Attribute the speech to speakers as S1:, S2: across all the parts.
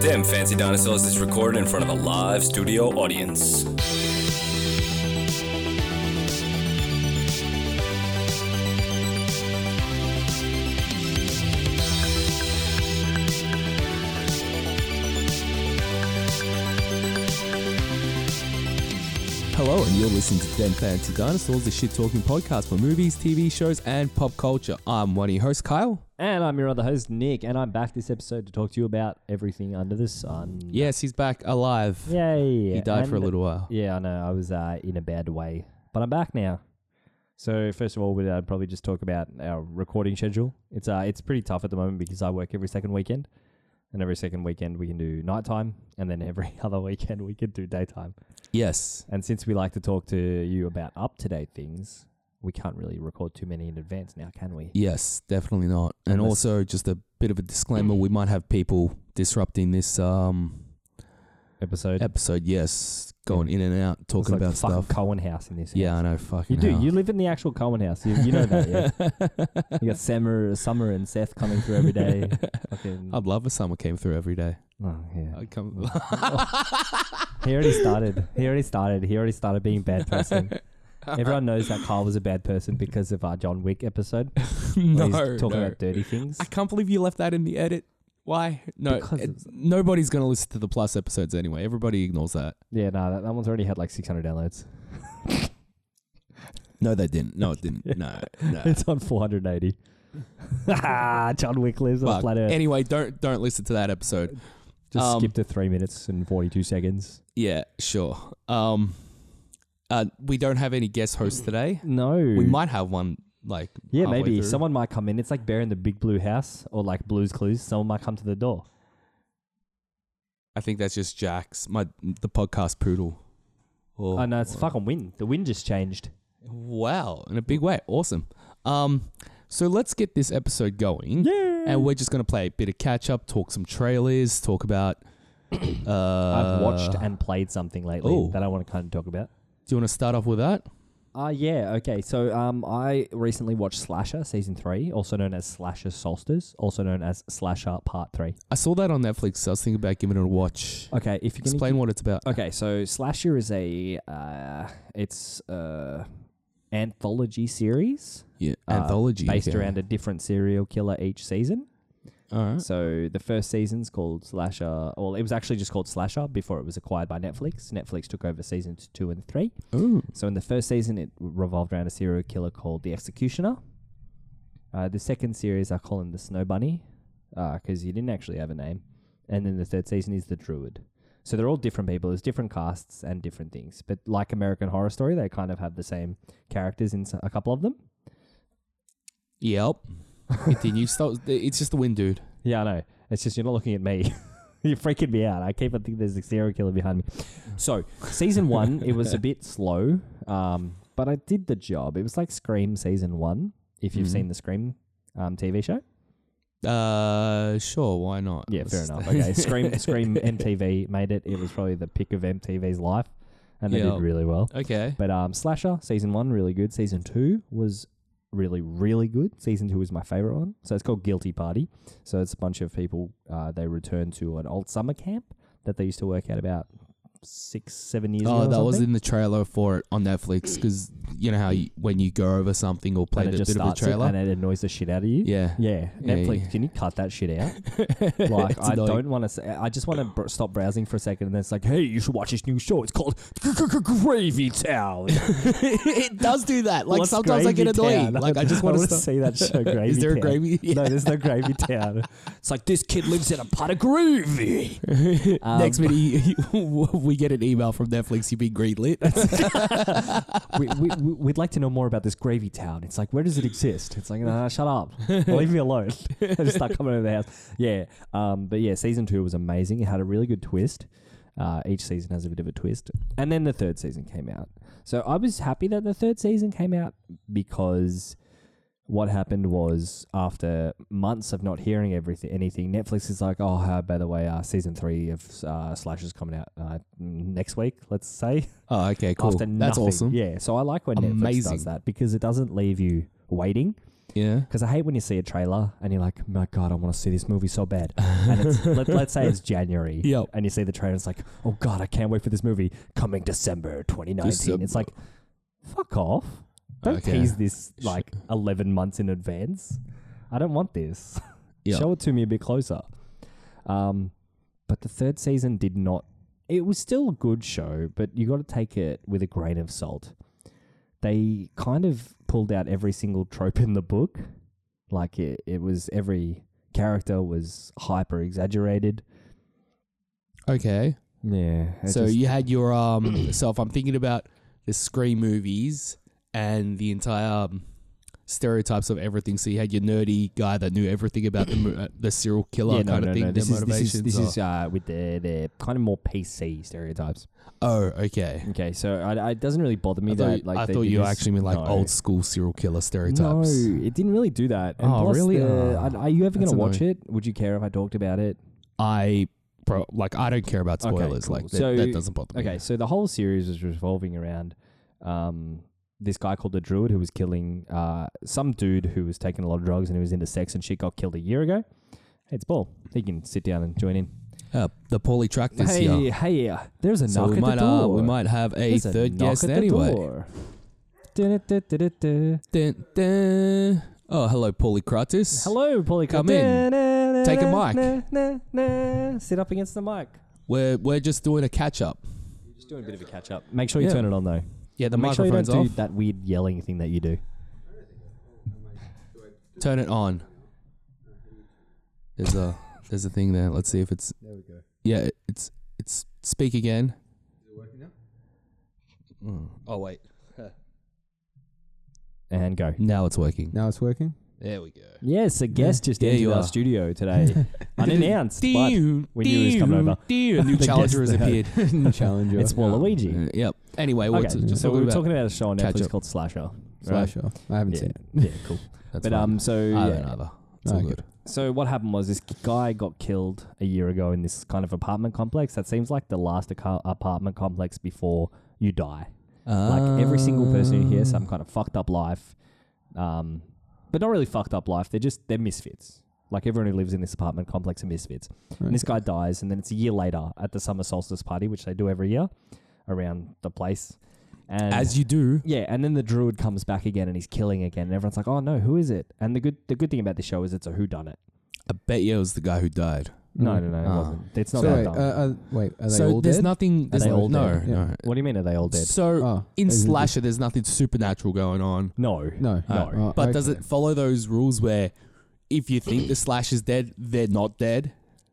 S1: them fancy dinosaurs is recorded in front of a live studio audience.
S2: Hello, and you're listening to Them Fancy Dinosaurs, the shit talking podcast for movies, TV shows, and pop culture. I'm one of your hosts, Kyle.
S3: And I'm your other host, Nick, and I'm back this episode to talk to you about everything under the sun.
S2: Yes, he's back alive.
S3: Yay.
S2: He died for a
S3: And-
S2: little while.
S3: Yeah, I know. I was uh, in a bad way, but I'm back now. So first of all, we'd uh, probably just talk about our recording schedule. It's uh, it's pretty tough at the moment because I work every second weekend, and every second weekend we can do nighttime, and then every other weekend we can do daytime.
S2: Yes.
S3: And since we like to talk to you about up to date things, we can't really record too many in advance now, can we?
S2: Yes, definitely not. And
S3: Unless- Mm.
S2: also, just a bit of a disclaimer we might have people disrupting this um,
S3: Episode
S2: episode. Yes, going in and out, talking
S3: It's like
S2: about
S3: the fucking
S2: stuff.
S3: Cohen house in this.
S2: yeah,
S3: house.
S2: I know.
S3: you
S2: Fucking
S3: do.
S2: hell.
S3: You live in the actual Cohen house. You, you know that. Yeah. you got Summer, Summer, and Seth coming through every day. Fucking.
S2: I'd love if someone came through every day.
S3: Oh, yeah.
S2: I'd come.
S3: He already started. He already started. He already started being a bad person. Everyone knows that Carl was a bad person because of our John Wick episode. where
S2: no,
S3: he's talking
S2: no.
S3: about dirty things.
S2: I can't believe you left that in the edit. Why? No,
S3: Because
S2: it-
S3: it's-
S2: nobody's going to listen to the plus episodes anyway. Everybody ignores that.
S3: Yeah, no, that, that one's already had like 600 downloads.
S2: No, they didn't. No, it didn't. No, no.
S3: It's on 480. Ah, John Wick lives on
S2: Fuck.
S3: flat Earth.
S2: Anyway, don't don't listen to that episode.
S3: Just
S2: um,
S3: skip to three minutes and 42 seconds.
S2: Yeah, sure. Um, uh, we don't have any guest hosts today.
S3: No,
S2: We might have one. Like
S3: Yeah,
S2: halfway
S3: maybe
S2: through.
S3: someone might come in. It's like Bear in the Big Blue House or like Blue's Clues. Someone might come to the door.
S2: I think that's just Jack's my the podcast poodle. Or,
S3: Oh, no, it's fucking wind. The wind just changed.
S2: Wow, in a big way. Awesome. Um, so let's get this episode going.
S3: Yeah.
S2: And we're just going to play a bit of catch up, talk some trailers, talk about. Uh,
S3: I've watched and played something lately
S2: oh.
S3: that I want to kind of talk about.
S2: Do you want to start off with that?
S3: Ah, yeah, okay. So um, I recently watched Slasher Season 3, also known as Slasher Solstice, also known as Slasher Part 3.
S2: I saw that on Netflix. so I was thinking about giving it a watch.
S3: Okay, if you can
S2: Explain what it's about.
S3: Okay, so Slasher is a uh, it's uh anthology series
S2: Yeah,
S3: uh,
S2: anthology
S3: based
S2: yeah.
S3: around a different serial killer each season.
S2: All right.
S3: So the first season's called Slasher. Well, it was actually just called Slasher before it was acquired by Netflix. Netflix took over seasons two and three.
S2: Ooh.
S3: So in the first season, it revolved around a serial killer called the Executioner. Uh, the second series, I call him the Snow Bunny because he didn't actually have a name. And then the third season is the Druid. So they're all different people. There's different casts and different things. But like American Horror Story, they kind of have the same characters in s- a couple of them.
S2: Yep. Continue. Stop. It's just the wind, dude.
S3: Yeah, I know. It's just you're not looking at me. you're freaking me out. I keep on thinking there's a serial killer behind me. So season one, it was a bit slow, um, but I did the job. It was like Scream season one. If you've
S2: Mhm.
S3: seen the Scream um, TV show,
S2: Uh, sure. Why not?
S3: yeah, fair
S2: Let's-
S3: enough. Okay, Scream Scream MTV made it. It was probably the pick of MTV's life, and they
S2: Yeah.
S3: did really well.
S2: Okay.
S3: But um, Slasher season one really good. Season two was really really good. Season two is my favorite one. So it's called Guilty Party. So it's a bunch of people. Uh, they return to an old summer camp that they used to work at about six seven years ago.
S2: Oh,
S3: or
S2: that was
S3: something.
S2: in the trailer for it on Netflix because you know how you, when you go over something or play
S3: and
S2: the
S3: it just
S2: bit of the
S3: starts it
S2: trailer.
S3: and it annoys the shit out of you.
S2: yeah.
S3: Yeah,
S2: Yeah,
S3: Netflix.
S2: yeah.
S3: Can you cut that shit out? like, I
S2: annoying.
S3: don't want to. say I just want to br- stop browsing for a second, and then it's like, hey, you should watch this new show. It's called Gravy Town.
S2: it does do that. Like
S3: What's
S2: sometimes I get
S3: Gravy
S2: annoyed.
S3: Town?
S2: Like I just want
S3: wanna
S2: to stop.
S3: see that show. Gravy
S2: Is there a
S3: Town.
S2: gravy?
S3: No, there's no gravy town. It's like this kid lives in a pot of gravy. Um,
S2: Next minute, you- you- we get an email from Netflix. You've been greenlit.
S3: we, we, we- we'd like to know more about this gravy town. It's like, where does it exist? It's like, nah, shut up, leave me alone. I just start coming over the house. Yeah, um, but yeah, season two was amazing. It had a really good twist. Uh, each season has a bit of a twist, and then the third season came out. So I was happy that the third season came out because what happened was after months of not hearing everything, anything, Netflix is like, oh, uh, by the way, uh, season three of uh, Slash is coming out uh, next week, let's say
S2: oh, okay, cool.
S3: after nothing.
S2: That's awesome.
S3: Yeah, so I like when Netflix
S2: Amazing.
S3: does that because it doesn't leave you waiting.
S2: Yeah.
S3: Because I hate when you see a trailer and you're like, my God, I want to see this movie so bad. And it's, let, let's say it's January.
S2: Yep.
S3: And you see the trailer, it's like, oh God, I can't wait for this movie coming December 2019. It's like, fuck off. Don't
S2: Okay.
S3: tease this
S2: Sh-
S3: like 11 months in advance. I don't want this.
S2: Yeah.
S3: Show it to me a bit closer. Um, but the third season did not. It was still a good show, but you got to take it with a grain of salt. They kind of pulled out every single trope in the book. Like it, it was every character was hyper exaggerated.
S2: Okay.
S3: Yeah.
S2: So you had your um. so if I'm thinking about the scream movies and the entire um, stereotypes of everything, so you had your nerdy guy that knew everything about the mo- uh, the serial killer
S3: yeah, no,
S2: kind
S3: no,
S2: of thing,
S3: no.
S2: their
S3: This is, this
S2: motivations.
S3: is, this
S2: are-
S3: is uh, with the, the kind of more PC stereotypes.
S2: oh, okay.
S3: Okay, so I, I, it doesn't really bother me
S2: I thought,
S3: that like
S2: I
S3: they
S2: thought
S3: did
S2: you
S3: this.
S2: actually meant like
S3: No.
S2: old school serial killer stereotypes.
S3: No, it didn't really do that. And
S2: Oh,
S3: plus
S2: really?
S3: the-
S2: Oh,
S3: are, are you ever going
S2: that's
S3: to watch
S2: annoying.
S3: it? Would you care if I talked about it?
S2: I pro- like I don't care about
S3: Okay,
S2: spoilers.
S3: cool.
S2: Like that,
S3: So-
S2: that doesn't bother me.
S3: Okay, so the whole series was revolving around um, this guy called the Druid who was killing uh, some dude who was taking a lot of drugs and who was into sex and shit got killed a year ago. Hey, it's Paul. He can sit down and join in.
S2: Uh, the poorly track this
S3: hey,
S2: year.
S3: hey, uh, there's a
S2: So
S3: knock
S2: we
S3: at
S2: might
S3: the door.
S2: Uh, we might have a
S3: There's
S2: third
S3: knock
S2: guest
S3: at the
S2: anyway.
S3: door. Du-du-du-du-du-du.
S2: Dun, dun. Oh, hello, Paulie Kratis.
S3: Hello, Polly.
S2: Come in. Take a
S3: mic. Sit up against the mic.
S2: We're we're just doing a catch up.
S3: Just doing a bit of a catch up. Make sure you
S2: Yeah.
S3: turn it on though.
S2: Yeah, the
S3: Make sure you don't
S2: microphone's
S3: do
S2: off.
S3: that weird yelling thing that you do.
S2: Turn it on. There's a there's a thing there. Let's see if it's. There we go. Yeah, it- it's it's speak again. Is it working now? Oh wait,
S3: And go.
S2: now it's working.
S4: Now it's working.
S2: There we go.
S3: Yes, a guest just
S2: There you
S3: entered
S2: are.
S3: our studio today, unannounced. but we knew he was coming over.
S2: A new
S3: The
S2: challenger has
S3: guest that-
S2: appeared.
S4: Challenger.
S3: It's more Luigi.
S2: Uh, yep. Anyway, we're
S3: okay,
S2: t- just
S3: so we
S2: talking
S3: were
S2: about.
S3: talking about a show on
S2: catch
S3: Netflix
S2: up.
S3: called Slasher. right?
S4: Slasher. I haven't
S3: Yeah.
S4: seen it.
S3: Yeah, cool.
S2: That's
S3: but
S2: fine.
S3: um, Oh, so
S2: I
S3: yeah.
S2: don't either. It's all
S4: Okay.
S2: good.
S3: So what happened was this guy got killed a year ago in this kind of apartment complex. That seems like the last aca- apartment complex before you die. Like every single person who hears
S2: Um.
S3: some kind of fucked up life, um, but not really fucked up life. They're just they're misfits. Like everyone who lives in this apartment complex are misfits. And this guy dies, and then it's a year later at the summer solstice party, which they do every year around the place. And
S2: As you do.
S3: yeah, and then the druid comes back again, and he's killing again, and everyone's like, "Oh no, who is it?" And the good the good thing about this show is it's a who done it.
S2: I bet you it was the guy who died.
S3: No, no, no, it
S2: Ah.
S3: wasn't. It's
S4: Mm. So
S3: not
S4: wait,
S3: that
S4: uh,
S3: dumb.
S4: uh, wait, are they
S2: so
S4: all
S2: there's
S4: dead?
S2: nothing. There's
S3: they
S2: no-
S3: all
S2: no,
S3: dead?
S4: Yeah.
S2: no.
S3: what do you mean? Are they all dead?
S2: So
S4: Oh,
S2: in
S4: is it-
S2: slasher, there's nothing supernatural going on.
S3: No,
S4: No,
S3: No.
S4: Oh,
S2: But does
S4: okay.
S2: it follow those rules where if you think the slasher's dead, they're not dead?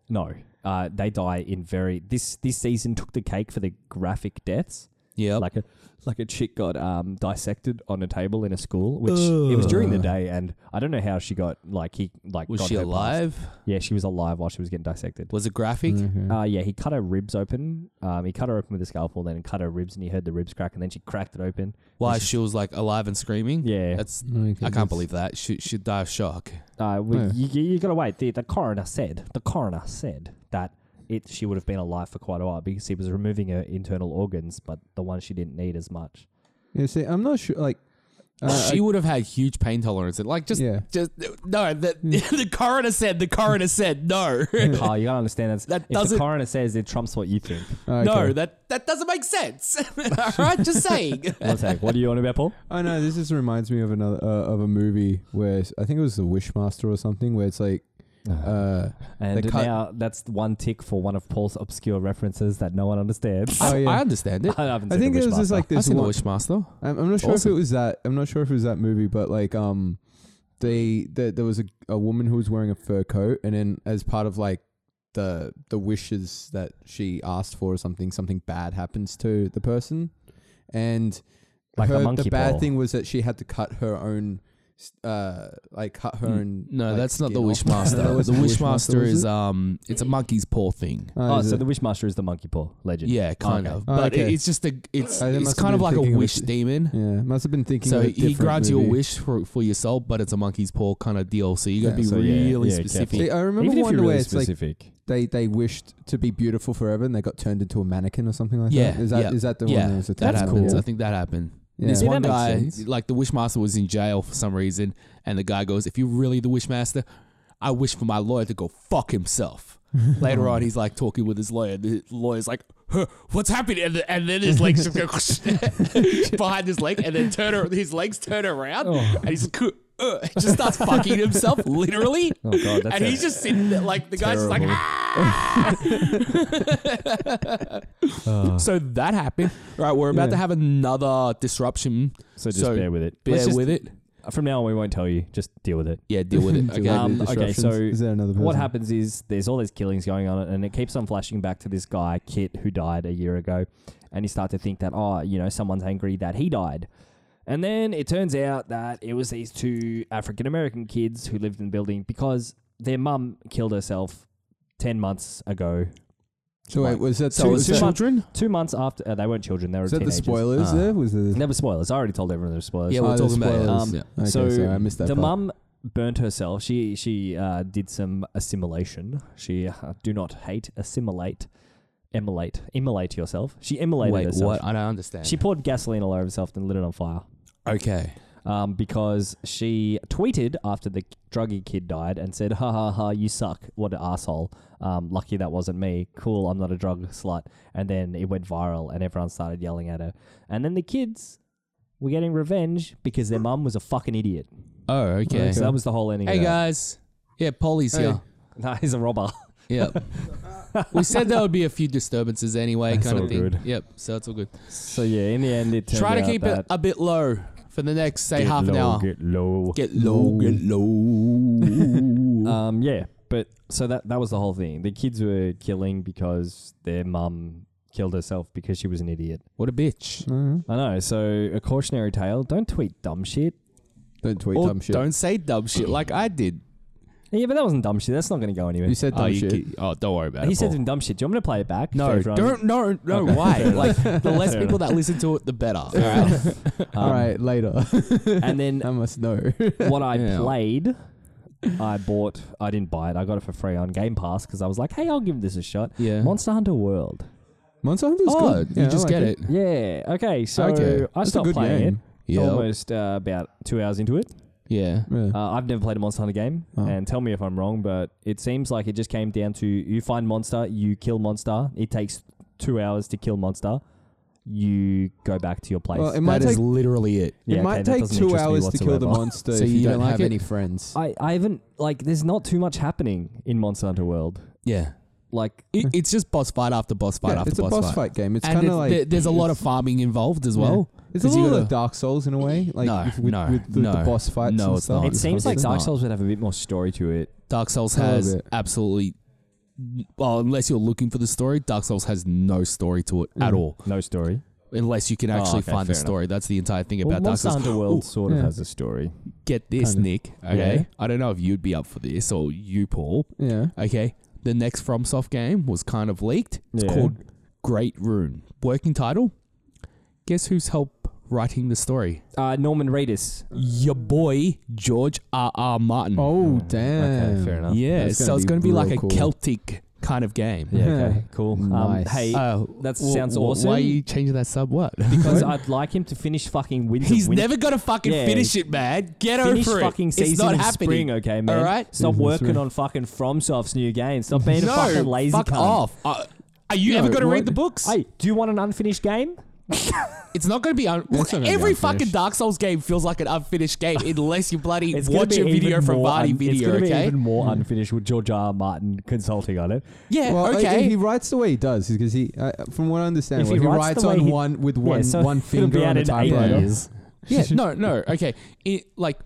S3: no. Uh, they die in very this this season took the cake for the graphic deaths.
S2: Yeah.
S3: Like a like a chick got um, dissected on a table in a school, which it was during the day, and I don't know how she got like he like
S2: was
S3: got
S2: she
S3: her past-
S2: alive?
S3: Yeah, she was alive while she was getting dissected.
S2: Was it graphic?
S4: Okay.
S3: Uh, yeah, he cut her ribs open. Um, he cut her open with a scalpel, then cut her ribs, and he heard the ribs crack, and then she cracked it open.
S2: Why
S3: This is-
S2: she was like alive and screaming?
S3: Yeah.
S2: Hmm. That's.
S4: Okay,
S2: I
S4: that's-
S2: can't believe that. She should die of shock.
S3: Uh, we,
S4: Yeah.
S3: you, you gotta wait. The, the coroner said the coroner said that it she would have been alive for quite a while because he was removing her internal organs, but the ones she didn't need as much.
S4: Yeah, see, I'm not sure. Like, uh,
S2: she would have had huge pain tolerance. And like just,
S4: Yeah. Mm.
S2: just no. The, the coroner said. The coroner said no.
S3: Carl, you gotta understand that's,
S2: That
S3: if the
S2: doesn't-
S3: coroner says it trumps what you think.
S4: I- okay.
S2: No, that that doesn't make sense. All right, just saying.
S3: One sec, what do you want about Paul?
S4: I know this just reminds me of another uh, of a movie where s- I think it was The Wishmaster or something where it's like uh
S3: And
S4: They cut-
S3: now that's one tick for one of Paul's obscure references that no one understands.
S4: Oh,
S2: I,
S4: yeah.
S2: I understand it.
S3: I haven't
S4: I
S3: seen
S4: think
S3: The
S4: it was just
S3: Wishmaster.
S4: like
S2: I've
S4: this
S2: seen the
S4: one.
S2: Wishmaster.
S4: I'm, I'm not sure
S2: awesome.
S4: if it was that. I'm not sure if it was that movie, but like um, they there there was a, a woman who was wearing a fur coat, and then as part of like the the wishes that she asked for or something, something bad happens to the person, and
S3: Like a
S4: her-
S3: monkey
S4: the bad
S3: paw.
S4: thing was that she had to cut her own. Uh, like cut her own.
S2: No,
S4: like,
S2: that's not the
S4: skin off. No, it
S2: Wishmaster. the
S4: wasn't
S2: Wishmaster
S4: was
S2: is
S4: it?
S2: um, it's a monkey's paw thing.
S4: Oh,
S3: Oh,
S4: is
S3: so
S4: it?
S3: the Wishmaster is the monkey paw legend.
S2: Yeah, kind
S3: Okay.
S2: of.
S4: Oh,
S2: But it-
S4: okay.
S2: it's just a, it's
S4: I must
S2: it's
S4: have
S2: kind of
S4: been
S2: like a
S4: thinking of
S2: wish
S4: it.
S2: demon.
S4: yeah, must have been thinking.
S2: So
S4: of a
S2: he
S4: different
S2: grants you a
S4: movie.
S2: wish for, for your soul, but it's a monkey's paw kind of deal. So you got to
S4: Yeah,
S2: be
S4: so
S3: yeah,
S2: really
S3: yeah,
S2: specific.
S4: See, I remember
S3: Even if
S4: one
S3: you're
S4: where
S3: really
S4: it's like
S3: specific.
S4: they they wished to be beautiful forever and they got turned into a mannequin or something like
S2: Yeah,
S4: that. Is that is
S2: yeah,
S4: that the
S2: yeah,
S4: one that was the
S2: that
S4: thing?
S2: happens. I think that happened.
S4: Yeah.
S2: This
S3: Yeah,
S2: one
S3: that makes
S2: guy,
S3: sense.
S2: like the Wishmaster, was in jail for some reason, and the guy goes, "If you're really the Wishmaster, I wish for my lawyer to go fuck himself." Later on, he's like talking with his lawyer. The lawyer's like, huh, "What's happening?" And, and then his legs just go behind his leg, and then turn ar- his legs turn around,
S4: Oh.
S2: and he's like, uh, he just starts fucking himself, literally.
S3: Oh god, that's
S2: and he's just sitting there, like the guy's just like,
S3: terrible.
S2: ah!
S3: Uh.
S2: so that happened. Right, we're about
S3: Yeah.
S2: to have another disruption.
S3: so just
S2: so-
S3: bear with it.
S2: Bear
S3: Let's just-
S2: with it.
S3: From now on, we won't tell you. Just deal with it.
S2: Yeah, deal with it.
S4: Do
S2: Okay.
S4: I
S3: Um,
S4: do
S3: okay,
S4: disruptions?
S3: so
S4: is there another person?
S3: What happens is there's all these killings going on, and it keeps on flashing back to this guy Kit who died a year ago, and you start to think that oh, you know, someone's angry that he died, and then it turns out that it was these two African American kids who lived in the building because their mum killed herself ten months ago,
S4: So wait, was that
S3: So
S4: two,
S3: it's
S4: was
S3: two
S4: that-
S3: months-
S2: children?
S3: two months after uh, they weren't children, they were
S4: was that the
S3: teenagers.
S4: spoilers
S2: Ah.
S4: there? Was the
S3: Never spoilers. I already told everyone there were spoilers.
S2: Yeah, we
S4: Oh,
S2: we're
S4: the
S2: talking about it.
S4: spoilers.
S2: Um,
S4: okay,
S3: so
S4: sorry, I missed that.
S3: the
S4: part.
S3: mum burnt herself. She she uh, did some assimilation. She uh, do not hate assimilate, emulate, immolate yourself. She immolated
S2: Wait,
S3: herself.
S2: what? I don't understand.
S3: She poured gasoline all over herself and lit it on fire
S2: okay.
S3: um, because she tweeted after the druggy kid died and said, "Ha ha ha, you suck! What an asshole! Um, lucky that wasn't me. Cool, I'm not a drug slut." And then it went viral, and everyone started yelling at her. And then the kids were getting revenge because their mum was a fucking idiot.
S2: Oh, okay.
S3: So that was the whole ending.
S2: Hey
S3: of that.
S2: guys. Yeah, Polly's
S4: Hey.
S2: here.
S3: no, he's a robber.
S2: Yep. we said there would be a few disturbances anyway,
S3: That's
S2: kind
S3: all
S2: of thing.
S3: good.
S2: Yep. So it's all good.
S3: So yeah, in the end, it turned
S2: Try to
S3: out
S2: keep it
S3: that
S2: a bit low for the next, say, half an hour.
S3: Get low.
S2: Get low, get low.
S3: Um, yeah, but so that that was the whole thing. The kids were killing because their mum killed herself because she was an idiot.
S2: what a bitch.
S4: Mhm.
S3: I know. So a cautionary tale: don't tweet dumb shit.
S4: Don't tweet
S2: Or
S4: dumb shit.
S2: don't say dumb shit like I did.
S3: Yeah, but that wasn't dumb shit. That's not going to go anywhere.
S4: You said dumb
S2: oh, you
S4: shit.
S2: kid- oh, don't worry about
S3: he
S2: it.
S3: said
S2: Paul.
S3: some dumb shit. Do you want me to play it back? for
S2: no,
S3: everyone?
S2: don't, no, no.
S3: Okay.
S2: Why?
S3: Fair
S2: Like the less
S3: Fair
S2: people that listen to it, the better. All right.
S3: Um,
S4: All right, later.
S3: And then
S4: I must know.
S3: what I
S2: Yeah.
S3: played, I bought. I didn't buy it. I got it for free on Game Pass because I was like, hey, I'll give this a shot.
S2: Yeah.
S3: Monster Hunter World.
S4: Monster Hunter's
S2: oh,
S4: good.
S2: you
S4: Yeah, I
S2: just
S4: like
S2: get it.
S3: Yeah. Okay. So
S4: Okay.
S3: I
S4: That's a
S3: stopped
S4: good
S3: playing
S4: game.
S3: it.
S2: Yeah.
S3: Almost uh, about two hours into it.
S2: Yeah.
S4: Yeah.
S3: Uh, I've never played a Monster Hunter game,
S4: Oh.
S3: and tell me if I'm wrong, but it seems like it just came down to you find monster, you kill monster. It takes two hours to kill monster. You go back to your place.
S4: Well, it
S2: That
S4: might
S2: is
S4: take
S2: literally it.
S3: Yeah,
S4: it
S3: okay,
S4: might
S3: that
S4: take
S3: doesn't
S4: two
S3: interest me
S4: hours to kill the
S3: whatsoever.
S4: monster
S2: So
S4: if
S2: you
S4: you,
S2: don't
S4: don't,
S2: like
S4: have
S2: it?
S4: any friends.
S3: I, I haven't like. There's not too much happening in Monster Hunter World.
S2: Yeah.
S3: Like
S2: It, it's just boss fight after boss fight
S4: Mm. Yeah,
S2: after
S4: it's a boss fight, game. It's
S2: and
S4: kind of
S2: it-
S4: like
S2: there- there's a lot of farming involved as well.
S4: It's a
S2: 'Cause you
S4: little
S2: gotta-
S4: like Dark Souls in a way, like
S2: No,
S4: if- with,
S2: no,
S4: with the,
S2: no.
S4: the boss fights.
S2: No,
S4: and
S2: it's
S4: stuff.
S2: not.
S3: it seems like
S2: it's
S3: Dark
S2: not.
S3: Souls would have a bit more story to it.
S2: Dark Souls
S4: A little
S2: has
S4: bit.
S2: absolutely, well, unless you're looking for the story, Dark Souls has no story to it at
S4: Mm.
S2: all.
S3: No story.
S2: Unless you can
S3: Oh,
S2: actually
S3: okay,
S2: find the
S3: fair enough.
S2: story. That's the entire thing
S3: Well,
S2: about Dark
S3: Monster
S2: Souls.
S3: Hunter World sort of
S4: yeah.
S3: has a story.
S2: Get this,
S4: Kinda.
S2: Nick. Okay.
S3: Yeah.
S2: I don't know if you'd be up for this or you, Paul.
S4: Yeah.
S2: Okay. The next FromSoft game was kind of leaked. It's
S3: Yeah.
S2: called Great Rune. Working title. Guess who's helped writing the story?
S3: Uh, Norman Reedus.
S2: Your boy George R. R. Martin.
S4: Oh
S3: Okay,
S4: damn.
S3: fair enough.
S2: yeah.
S4: That's
S2: So
S4: gonna
S2: it's
S4: be
S2: going to be like
S4: real
S2: a
S4: cool.
S2: Celtic kind of game.
S3: Yeah. Okay.
S4: Yeah.
S3: Cool. Um,
S4: Nice.
S3: hey,
S2: Uh,
S3: that
S2: wh-
S3: sounds
S2: wh-
S3: awesome.
S2: Why are you changing that sub? What?
S3: because I'd like him to finish fucking Winds of
S2: He's
S3: Winter.
S2: never gonna fucking
S3: Yeah.
S2: finish it, man. Get
S3: Finish
S2: over
S3: fucking
S2: it.
S3: season
S2: It's not
S3: in
S2: happening.
S3: spring, okay, man.
S2: All right?
S3: Stop
S4: Season in
S3: working
S4: spring.
S3: on fucking FromSoft's new game. Stop being
S2: no,
S3: a fucking lazy
S2: fuck
S3: cunt.
S2: off. Uh, are you
S4: No,
S2: ever gonna read
S4: what-
S2: the books?
S3: Hey, do you want an unfinished game?
S2: it's not gonna be un-
S4: It's not gonna be
S2: every
S4: unfinished.
S2: fucking Dark Souls game feels like an unfinished game unless you bloody
S3: It's
S2: watch a
S3: gonna be
S2: video
S3: even
S2: from
S3: more
S2: Vardy
S3: un- It's
S2: Video,
S3: gonna be
S2: okay?
S3: even more unfinished with George R. R. Martin consulting on it.
S2: yeah,
S4: Well, I-
S2: okay.
S4: he writes the way he does because he, uh, from what I understand,
S3: If
S4: like,
S3: he
S4: he,
S3: writes
S4: writes,
S3: the way
S4: on
S3: he-
S4: one with one
S3: yeah, so
S4: one
S3: it'll be
S4: finger
S3: out
S4: on a
S3: in eight
S4: typewriter.
S3: years.
S2: yeah, no, no, okay. It, like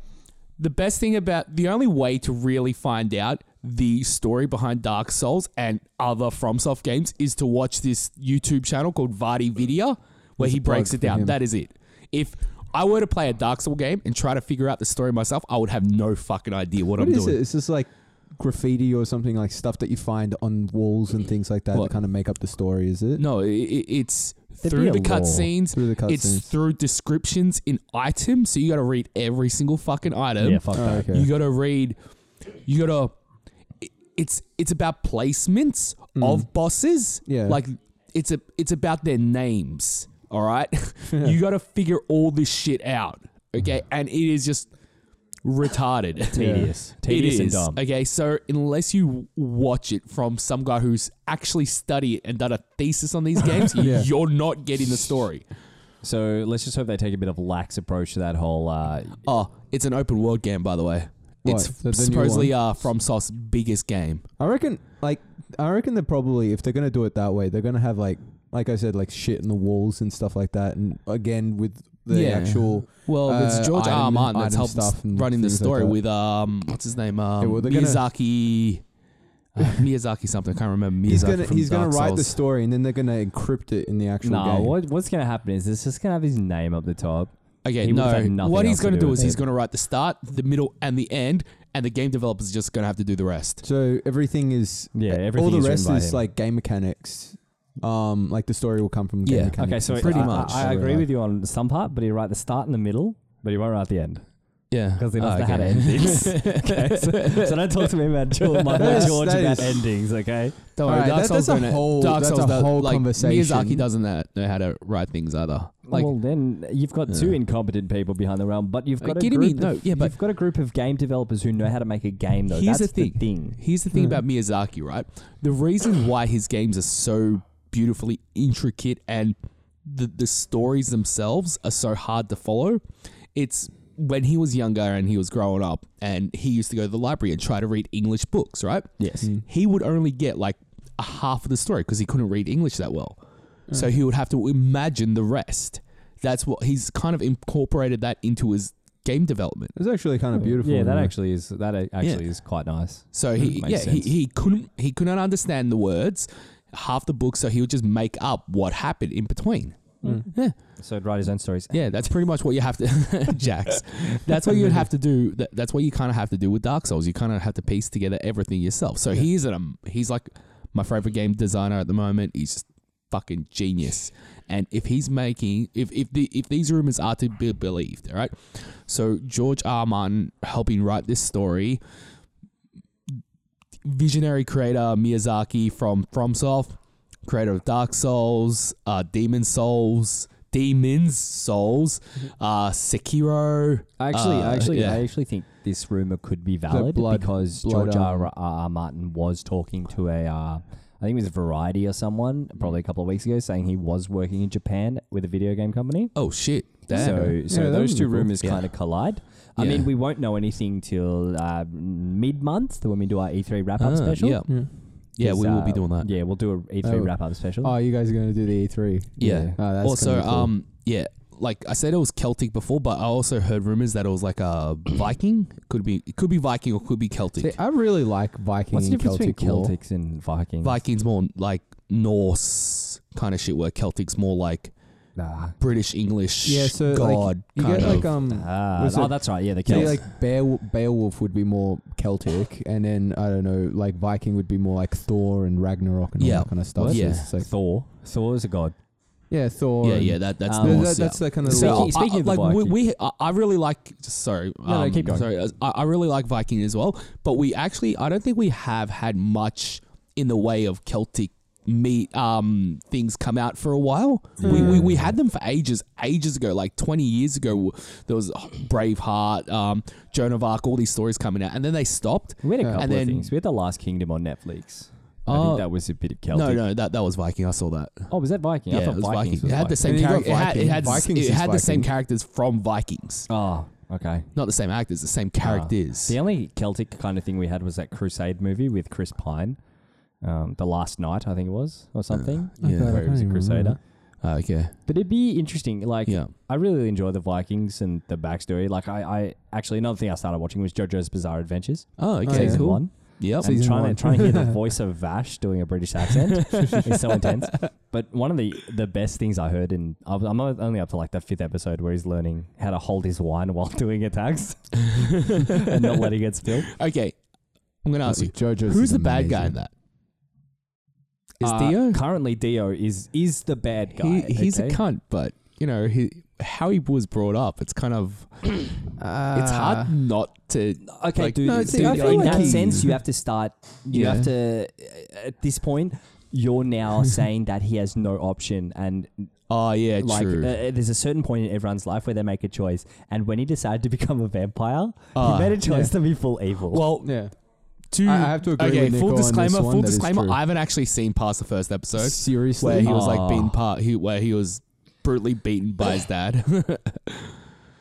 S2: the best thing about the only way to really find out the story behind Dark Souls and other FromSoft games is to watch this YouTube channel called Vardy Video, where
S4: There's
S2: he
S4: a plug
S2: breaks it
S4: for
S2: down.
S4: him.
S2: That is it. If I were to play a Dark Soul game and try to figure out the story myself, I would have no fucking idea what,
S4: What
S2: I'm
S4: is
S2: doing.
S4: it? It's just like graffiti or something like stuff that you find on walls and things like that
S2: What?
S4: that kind of make up the story. Is it
S2: No, i i it's
S3: There'd be
S2: through
S3: a
S2: the
S3: lore.
S2: cutscenes.
S4: through the
S2: It's
S4: cutscenes?
S2: through descriptions in items, so you got to read every single fucking item.
S3: Yeah, fuck
S4: Oh,
S3: that.
S4: okay.
S2: You gotta read. You gotta. i- It's it's about
S3: Mm.
S2: placements of bosses.
S4: Yeah.
S2: Like it's a it's about their names. All right, you got to figure all this shit out. Okay, and it is just retarded.
S3: Tedious.
S2: It
S3: Tedious
S2: is
S3: and dumb.
S2: Okay, so unless you watch it from some guy who's actually studied and done a thesis on these games,
S4: Yeah.
S2: you're not getting the story.
S3: So let's just hope they take a bit of lax approach to that whole. Uh,
S2: Oh, it's an open world game, by the way.
S4: What?
S2: It's
S4: The- the new
S2: supposedly
S4: one?
S2: uh, FromSoft's biggest game.
S4: I reckon, like, I reckon they're probably if they're gonna do it that way, they're gonna have like, like I said, like shit in the walls and stuff like that, and again with the
S2: Yeah.
S4: actual.
S2: Well,
S4: uh,
S2: it's George R. R.
S4: item-
S2: Martin that's
S4: item
S2: helped
S4: stuff and
S2: running the
S4: things like
S2: story
S4: that.
S2: with um, what's his name? Um,
S4: well, they're gonna-
S2: Miyazaki. uh, Miyazaki something. I can't remember. Miyazaki
S4: He's gonna
S2: from
S4: he's gonna
S2: Dark
S4: write the
S2: Souls.
S4: story and then they're gonna encrypt it in the actual
S3: nah,
S4: game.
S3: what, what's going to happen is it's just going to have his name up the top.
S2: Okay,
S3: He would've had
S2: no.
S3: nothing
S2: What
S3: else
S2: he's
S3: to
S2: going to
S3: do
S2: do
S3: with
S2: is he's
S3: it.
S2: going to write the start, the middle, and the end, and the game developers are just going to have to do the rest.
S4: So everything is eh,
S3: Yeah,
S4: all
S3: everything
S4: the
S3: is
S4: rest
S3: written by
S4: is
S3: him.
S4: like game mechanics. Um, like the story will come from game
S2: Yeah.
S4: mechanics.
S3: Okay, so
S4: and
S2: Pretty
S3: I,
S4: stuff.
S2: much.
S3: I, I agree with you on some part, but he write the start and the middle, but he won't write the end
S2: Yeah,
S3: because he
S2: Oh,
S3: doesn't know how to
S2: okay.
S3: end things. okay, so, so don't talk to me about George, my boy
S4: That is-
S3: George
S4: that
S3: about
S4: is-
S3: endings. Okay,
S2: Don't worry,
S4: Alright,
S2: Dark
S4: that-
S2: Souls
S4: that's a
S2: don't-
S4: whole-
S2: Dark
S4: that's
S2: Souls
S4: a
S2: don't-
S4: whole
S2: like,
S4: conversation.
S2: Miyazaki doesn't know know how to write things either. Like,
S3: well then you've got two incompetent people behind the realm, but you've
S2: Are
S3: got
S2: you
S3: a
S2: kidding
S3: group
S2: me?
S3: of,
S2: No, yeah, but-
S3: you've got a group of game developers who know how to make a game. Though
S2: Here's
S3: that's
S2: the
S3: the thing.
S2: here's the thing about Miyazaki, right? The reason why his games are so beautifully intricate and the, the stories themselves are so hard to follow, it's when he was younger and he was growing up and he used to go to the library and try to read English books, right?
S3: Yes.
S2: He would only get like a half of the story because he couldn't read English that well. So he would have to imagine the rest. That's what he's kind of incorporated that into his game development.
S4: It's actually kind of beautiful.
S3: Yeah,
S4: in a
S3: that
S4: way.
S3: actually is that a- actually is quite nice.
S2: So he
S3: Makes
S2: yeah he,
S3: sense.
S2: he couldn't he couldn't understand the words half the book, so he would just make up what happened in between. Yeah,
S3: So he'd write his own stories.
S2: yeah, that's pretty much what you have to, Jax. That's what you'd have to do. That, that's what you kind of have to do with Dark Souls. You kind of have to piece together everything yourself. So he's an um, he's like my favorite game designer at the moment. He's just fucking genius. And if he's making if if the if these rumors are to be believed, all right. So George R. Martin helping write this story, visionary creator Miyazaki from FromSoft, creator of Dark Souls, uh, Demon Souls, Demons Souls,
S4: Mm-hmm.
S2: uh, Sekiro.
S3: Actually,
S2: uh,
S3: actually,
S2: yeah.
S3: I actually think this rumor could be valid
S4: blood-
S3: because
S4: blood,
S3: George R.
S4: um,
S3: R. R. Martin was talking to a, uh, I think it was Variety or someone, probably a couple of weeks ago, saying he was working in Japan with a video game company.
S2: oh shit! Damn.
S3: So, so
S4: Yeah, that
S3: those
S4: would
S3: two
S4: be cool.
S3: rumors
S2: Yeah.
S3: kind of collide. I
S2: Yeah.
S3: mean, we won't know anything till uh, mid month when we do our E3 wrap up
S2: Ah,
S3: special.
S2: Yeah,
S4: Yeah.
S2: yeah,
S3: 'Cause,
S2: we will be
S3: uh,
S2: doing that.
S3: Yeah, we'll do a E3
S4: Oh.
S3: wrap up special.
S4: Oh, you guys are gonna do the E three.
S2: Yeah.
S4: Oh, that's
S2: also,
S4: gonna be cool.
S2: um, yeah, like I said, it was Celtic before, but I also heard rumors that it was like a Viking. Could be, it could be Viking or could be Celtic.
S4: See, I really like Viking
S3: What's the
S4: and
S3: difference
S4: Celtic,
S3: between
S4: lore.
S3: Celtics and Vikings?
S2: Vikings more like Norse kind of shit, where Celtic's more like
S3: Nah.
S2: British English.
S4: Yeah, so like,
S2: God,
S4: you
S2: kind
S4: get
S2: of.
S4: like um,
S3: Ah,
S4: Was
S3: oh,
S4: it-
S3: that's right. Yeah, the
S4: say
S3: Celts.
S4: like Beow- Beowulf would be more Celtic, and then I don't know, like Viking would be more like Thor and Ragnarok and
S2: Yeah.
S4: all that kind of stuff. So
S2: Yeah.
S4: it's just like-
S3: Thor. Thor is a god.
S4: yeah, Thor.
S2: yeah,
S4: and-
S2: yeah, that, that's
S3: Um,
S4: Th-
S2: Norse,
S4: that-
S2: yeah.
S4: that's the kind of
S3: Speaking-
S4: lore.
S2: I-
S3: speaking
S2: I,
S3: of the
S2: uh, like we,
S3: Viking.
S2: we I- I really like sorry um,
S3: no, keep going.
S2: sorry as- I, I really like Viking as well but we actually I don't think we have had much in the way of Celtic meat um things come out for a while we, we
S3: Mm.
S2: we had them for ages ages ago like 20 years ago there was Braveheart um Joan of Arc all these stories coming out and then they stopped
S3: We had a
S4: Yeah.
S3: couple
S2: And
S3: of
S2: then-
S3: things. We had The Last Kingdom on Netflix. I
S2: Oh.
S3: think that was a bit of Celtic.
S2: no no that that was Viking I saw that
S3: Oh, was that Viking? I
S2: yeah
S3: thought
S2: it was
S3: Vikings
S2: Viking
S3: was
S2: it had
S3: Viking.
S2: the same
S4: And you got
S2: character it had, it
S4: Viking.
S2: had,
S4: Vikings
S2: it
S4: is
S2: had the same
S4: Viking.
S2: characters from Vikings
S3: Oh, okay.
S2: not the same actors the same characters
S3: The only Celtic kind of thing we had was that Crusade movie with Chris Pine. Um, the Last Night, I think it was,
S2: Uh.
S3: or something.
S2: yeah.
S3: Where he was a crusader.
S2: Uh, okay
S3: But it'd be interesting. Like,
S2: Yeah.
S3: I really enjoy the Vikings and the backstory. Like, I, I actually, another thing I started watching was JoJo's Bizarre Adventures.
S2: Oh, okay,
S3: season
S2: cool.
S3: one.
S2: Yep.
S3: and
S4: Season
S3: trying
S4: one.
S3: to trying to hear the voice of Vash doing a British accent is so intense. But one of the the best things I heard in I was- I'm only up to like the fifth episode where he's learning how to hold his wine while doing attacks and not letting it spill.
S2: okay, I'm gonna ask you,
S4: JoJo's
S2: who's
S4: is
S2: the bad guy in
S4: amazing.
S2: that? Is
S3: Uh,
S2: Dio?
S3: currently Dio is is the bad guy?
S2: He, he's
S3: okay?
S2: a cunt, but you know he how he was brought up. It's kind of it's
S4: Uh,
S2: hard not to.
S3: Okay,
S2: Like,
S3: dude.
S2: no,
S3: dude,
S2: see, I
S3: in
S2: feel like
S3: that
S2: he-
S3: sense, you have to start. You
S2: Yeah.
S3: have to. At this point, you're now saying that he has no option, and
S2: Oh yeah,
S3: Like,
S2: true.
S3: uh, there's a certain point in everyone's life where they make a choice, and when he decided to become a vampire,
S2: Ah,
S3: he made a choice to be full evil.
S2: well,
S4: Yeah.
S2: to
S4: I- I have to agree
S2: Okay,
S4: with Nico
S2: full
S4: on this
S2: disclaimer.
S4: one,
S2: Full
S4: that is
S2: disclaimer.
S4: true.
S2: I haven't actually seen past the first episode
S4: Seriously?
S2: where he was
S3: Ah.
S2: like being part. He, where he was brutally beaten by his dad.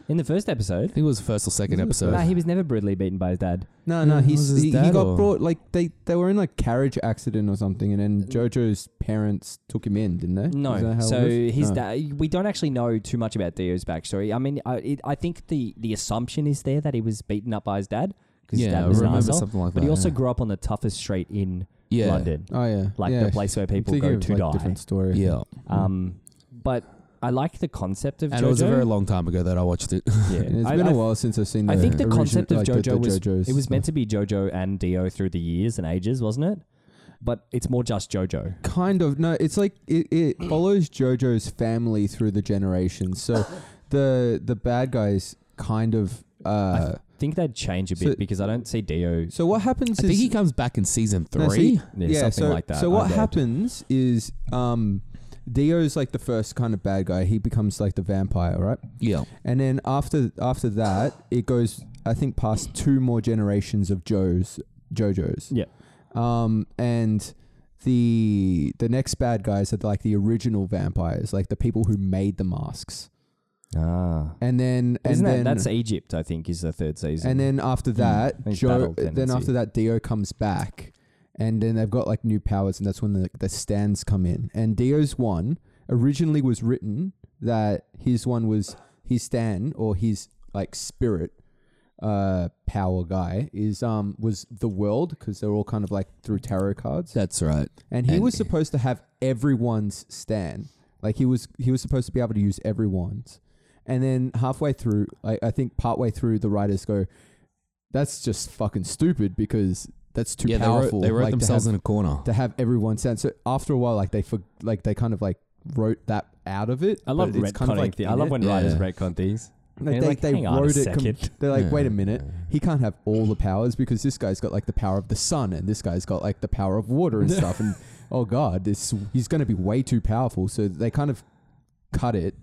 S2: I think
S3: in the first episode,
S2: it was the first or second
S4: Was it the
S2: episode.
S3: nah, he was never brutally beaten by his dad.
S4: No, no, he's
S2: was his
S4: he, he
S2: dad
S4: got
S2: or-
S4: brought like they they were in like carriage accident or something,
S2: Uh,
S4: and then JoJo's parents took him in, didn't they? Is that
S3: No,
S4: how it
S3: so
S4: was?
S3: his
S4: No.
S3: dad. We don't actually know too much about Theo's backstory. I mean, I, it, I think the the assumption is there that he was beaten up by his dad because his
S2: yeah,
S3: dad
S2: I
S3: was an
S2: remember
S3: asshole.
S2: something like that.
S3: But he also
S2: yeah.
S3: grew up on the toughest street in
S2: yeah.
S3: London,
S4: Oh yeah,
S3: like
S4: yeah.
S3: the place where
S4: I'm
S3: people
S4: thinking
S3: go
S4: of,
S3: to
S4: like,
S3: die.
S4: Different mm. story.
S2: Yeah,
S3: Um, but I like the concept of
S2: and
S3: JoJo.
S2: it was a very long time ago that I watched it.
S3: yeah.
S4: And it's
S3: I-
S4: been a
S3: I-
S4: while since I've seen. The
S3: I think the
S4: origin-
S3: concept of
S4: like, the-
S3: JoJo
S4: the
S3: was
S4: JoJo's
S3: it was meant to
S4: stuff.
S3: be JoJo and Dio through the years and ages, wasn't it? But it's more just JoJo.
S4: kind of no. It's like it, it follows JoJo's family through the generations. So the the bad guys kind of. Uh,
S3: I think that'd change a bit
S4: So-
S3: because I don't see Dio.
S4: so what happens
S2: I
S4: is
S2: think he comes back in season three.
S4: No, so he-
S3: Yeah, something
S4: so,
S3: like that.
S4: So
S3: I
S4: what
S3: read.
S4: happens is um Dio's like the first kind of bad guy. He becomes like the vampire, right?
S2: yeah,
S4: And then after after that, it goes I think past two more generations of Joe's JoJo's.
S3: Yeah.
S4: Um and the the next bad guys are like the original vampires, like the people who made the masks.
S3: Ah.
S4: And then and
S3: Isn't that
S4: then
S3: that's Egypt? I think is the third season.
S4: and then after that,
S3: Like
S4: Joe.
S3: Hmm. battle
S4: Then
S3: tendency.
S4: after that, Dio comes back, and then they've got like new powers, and that's when the the stands come in. And Dio's one originally was written that his one was his stand or his like spirit uh power guy is um was the world because they're all kind of like through tarot cards
S2: that's right.
S4: and he
S2: And-
S4: was supposed to have everyone's stand. Like he was he was supposed to be able to use everyone's. And then halfway through, I, I think partway through, the writers go, "That's just fucking stupid because that's too
S2: yeah,
S4: powerful."
S2: they wrote, they wrote
S4: like,
S2: themselves
S4: to
S2: in a corner.
S4: have, to have everyone's stand. So after a while, like they for, like they kind of like wrote that out of it.
S3: I love
S4: but it's
S3: retconning.
S4: kind of like
S3: thi- I
S4: in
S3: love
S4: it.
S3: when
S2: Yeah.
S3: writers retcon things.
S4: like,
S3: and
S4: they,
S3: like,
S4: they
S3: hang on a
S4: wrote it. com-
S3: second.
S4: they're like, "Wait a
S2: Yeah.
S4: minute, he can't have all the powers because this guy's got like the power of the sun and this guy's got like the power of water and stuff and oh god this he's going to be way too powerful so they kind of cut it